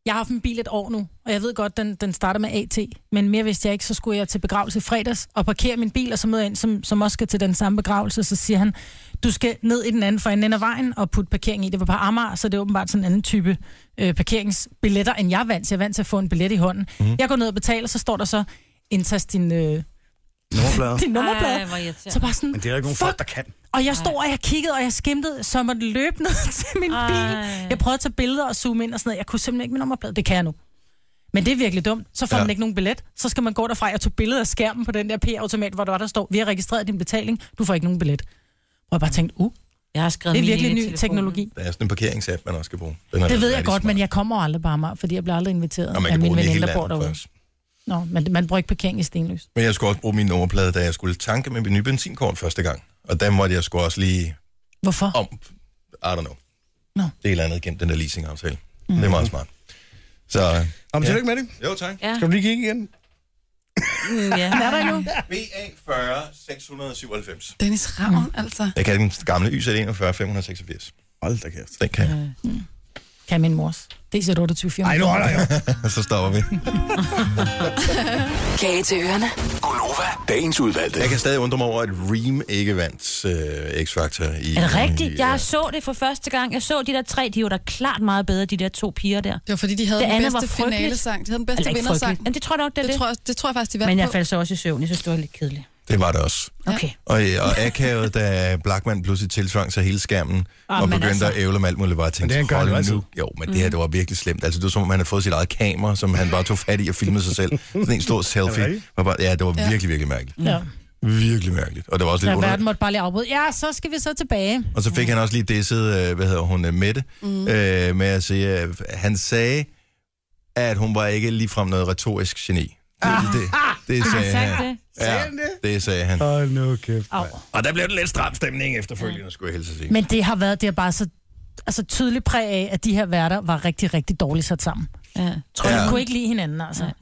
Jeg har haft en bil et år nu, og jeg ved godt, den, den starter med AT, men mere vidste jeg ikke, så skulle jeg til begravelse i fredags og parkere min bil, og så møder jeg en, som, som også skal til den samme begravelse, så siger han, du skal ned i den anden for enden af vejen og putte parkering i. Det var på Amager, så det er åbenbart sådan en anden type øh, parkeringsbilletter, end jeg er vant til. Jeg er vant til at få en billet i hånden. Mm. Jeg går ned og betaler, så står der så, indtast din, øh,
(laughs)
Nummerplader.
din nummerplade.
Ej, hvor
Så
irriterende.
bare sådan,
Men det er der ikke nogen folk, der kan.
og jeg stod, og jeg kiggede, og jeg skimtede, så jeg måtte løbe ned (laughs) til min
Ej.
Ej. bil. Jeg prøvede at tage billeder og zoome ind og sådan noget. Jeg kunne simpelthen ikke min nummerplade. Det kan jeg nu. Men det er virkelig dumt. Så får
Ja.
ja. man ikke nogen billet. Så skal man gå derfra. Jeg tog billeder af skærmen på den der P-automat, hvor der, var, der står, vi har registreret din betaling. Du får ikke nogen billet. Hvor jeg bare tænkte, uh,
Jeg har skrevet
det er
min
virkelig
ind i
ny
telefonen.
teknologi.
Der er sådan en parkeringsapp, man også skal bruge. Den er
Det ved jeg
rigtig
godt,
smart.
men jeg kommer aldrig bare mig, fordi jeg bliver aldrig inviteret
Og man
af
kan
min
bruge den i hele
veninde, der bor
landet
derude.
faktisk.
Nå, men man bruger ikke parkering i Stenløs.
Men jeg skulle også bruge min nummerplade, da jeg skulle tanke med min nye benzinkort første gang. Og der måtte jeg sgu også lige
Hvorfor?
om, I don't know.
Nå.
Det er et eller andet gennem den der leasingaftale. Mm. Det er meget smart. Så,
Nå, men
Ja.
tillykke med det.
jo tak.
Ja.
Skal du lige kigge igen?
Mm, ja.
Er der
(laughs)
nu?
BA 40 697.
Dennis Ravn,
Mm.
altså.
Jeg kan den gamle YZ 41 586.
Hold da kæft.
Den kan jeg.
Kan min mors. Det er 28
Ej, nu holder jeg.
(laughs) Så stopper vi. (laughs)
Kage til ørerne.
Gonova, dagens udvalgte.
Jeg kan stadig undre mig over, at Reem ikke vandt øh, X-Factor. I,
Er det rigtigt?
Ja.
Jeg så det for første gang. Jeg så de der tre, de var da klart meget bedre, de der to piger der.
Det var fordi, de havde
Det
det den
andet var
bedste
frygteligt.
finalesang. De havde den bedste
Altså
altså,
ikke
vindersang.
frygteligt. Jamen, det tror jeg nok, det er
Det
det.
tror, jeg, det tror jeg faktisk, de vandt
Men jeg
på.
faldt så også i søvn. Jeg synes, det var lidt kedeligt.
Det var det også.
Okay.
Og, øh, og akavet, da Blackman pludselig tiltvang sig hele skærmen,
Ah,
og
men
begyndte
altså. Mm.
at ævle med alt muligt, bare tænkte,
Men det gør han jo
hold
altid."
nu. Jo, men det her, det var virkelig slemt. Altså, det var som om, han havde fået sit eget kamera, som han bare tog fat i og filmede sig
(laughs)
selv. Sådan en stor selfie.
rigtigt?
Var bare, ja, det var virkelig, virkelig mærkeligt.
Ja.
Virkelig mærkeligt. Og det var også lidt
Ja, verden Mm.
underligt.
måtte bare lige afbryde. Ja, så skal vi så tilbage.
Og så fik han også lige disset, øh, hvad hedder hun, øh, Mette, mm. øh, med at sige, øh, han sagde, at hun var ikke ligefrem noget retorisk geni. Det,
Ah.
det, det sagde
sagde
han.
det?
Ja, det sagde han.
Hold nu kæft.
Au.
Og der blev det lidt stram stemning efterfølgende, skulle jeg helst sige.
Men det har været, det har bare så altså tydeligt præg af, at de her værter var rigtig, rigtig dårligt sat sammen.
Ja.
Tror
Ja.
ja. de kunne ikke lide hinanden, altså.
Uh,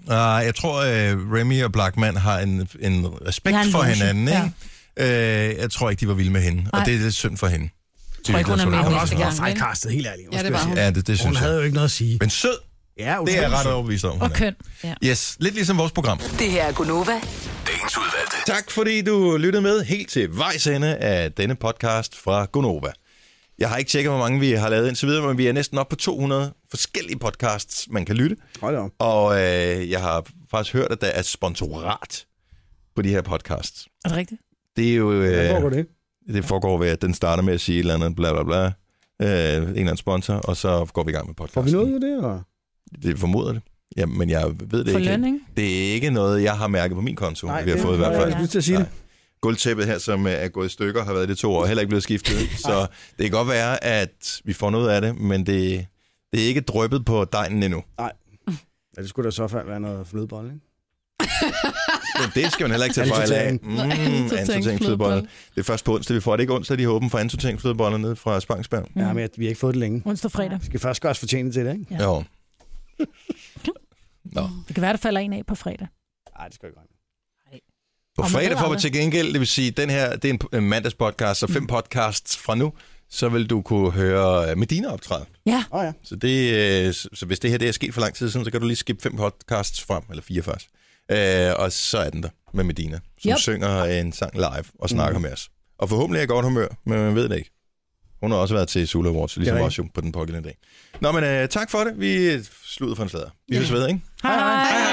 jeg tror, uh, Remy og Blackman har en, en respekt
De har
en
en
for
loge.
hinanden. Ikke? Ja. Uh, jeg tror ikke, de var vilde med hende. Og
Nej.
det er lidt synd for hende.
tror ikke, hun er
Det sådan,
Hun
med
det
var
kommer
også
næste
fra.
meget
gang,
fejlkastet, helt ærligt.
Ja, det var hun.
Ja, det, det
Hun
synes
havde
jeg.
jo ikke noget at sige.
Men sød,
Ja,
det er jeg ret
utroligt.
overbevist om. hun
Og
er.
køn.
Yes, lidt ligesom vores program.
Det her er Gunova.
Dagens udvalgte.
Tak fordi du lyttede med helt til vejs ende af denne podcast fra Gonova. Jeg har ikke tjekket, hvor mange vi har lavet indtil videre, men vi er næsten oppe på 200 forskellige podcasts, man kan lytte.
Hold da op.
Og øh, jeg har faktisk hørt, at der er sponsorat på de her podcasts.
Er det rigtigt?
Det er jo... Øh,
Hvor går det?
det foregår ved, at den starter med at sige et eller andet, bla bla bla, øh, en eller anden sponsor, og så går vi i gang med podcasten.
Får vi noget ud af det, eller?
Det formoder det. Ja, men jeg ved det
For
ikke.
løn, ikke?
Det er ikke noget, jeg har mærket på min konto, vi har
det
fået i
var
hvert
jeg
fald.
ikke lyst til at sige det.
Guldtæppet her, som øh, er gået i stykker, har været det to år, heller ikke blevet skiftet. så det kan godt være, at vi får noget af det, men det, det er ikke drøbet på dejen endnu.
Ja, det skulle da så fald være noget flødebolle, ikke?
Men det skal man heller ikke tage fejl af.
Antotang.
Mm,
Antotang
Antotang flødebolle.
flødebolle.
Det er først på onsdag, vi får det ikke onsdag, de har åbent for Antotang flødeboller nede fra Spangsberg.
Ja, men jeg- vi har ikke fået det længe.
Onsdag og fredag.
Vi skal først gøre os fortjene til det, ikke?
Ja.
Jo. Nå.
Det kan være, der falder en af på fredag.
Nej, det skal vi ikke.
På
Og man
fredag
ved
får vi
aldrig.
til gengæld, det vil sige, den her, det er en p- en mandagspodcast, så fem podcasts fra nu så vil du kunne høre Medina optræde.
Ja.
Oh, ja.
Så, det, øh, så, så hvis det her det er sket for lang tid siden, så kan du lige skippe fem podcasts frem, eller fire først. Øh, og så er den der med Medina, som
Yep.
yep. synger en sang live og snakker mm. med os. Og forhåbentlig er jeg i godt humør, men man ved det ikke. Hun har også været til Sula Awards, ligesom
rigtigt.
også jo på den pågældende dag. Nå, men øh, tak for det. Vi slutter for en slader. Vi ses ved, ikke?
Hej. hej.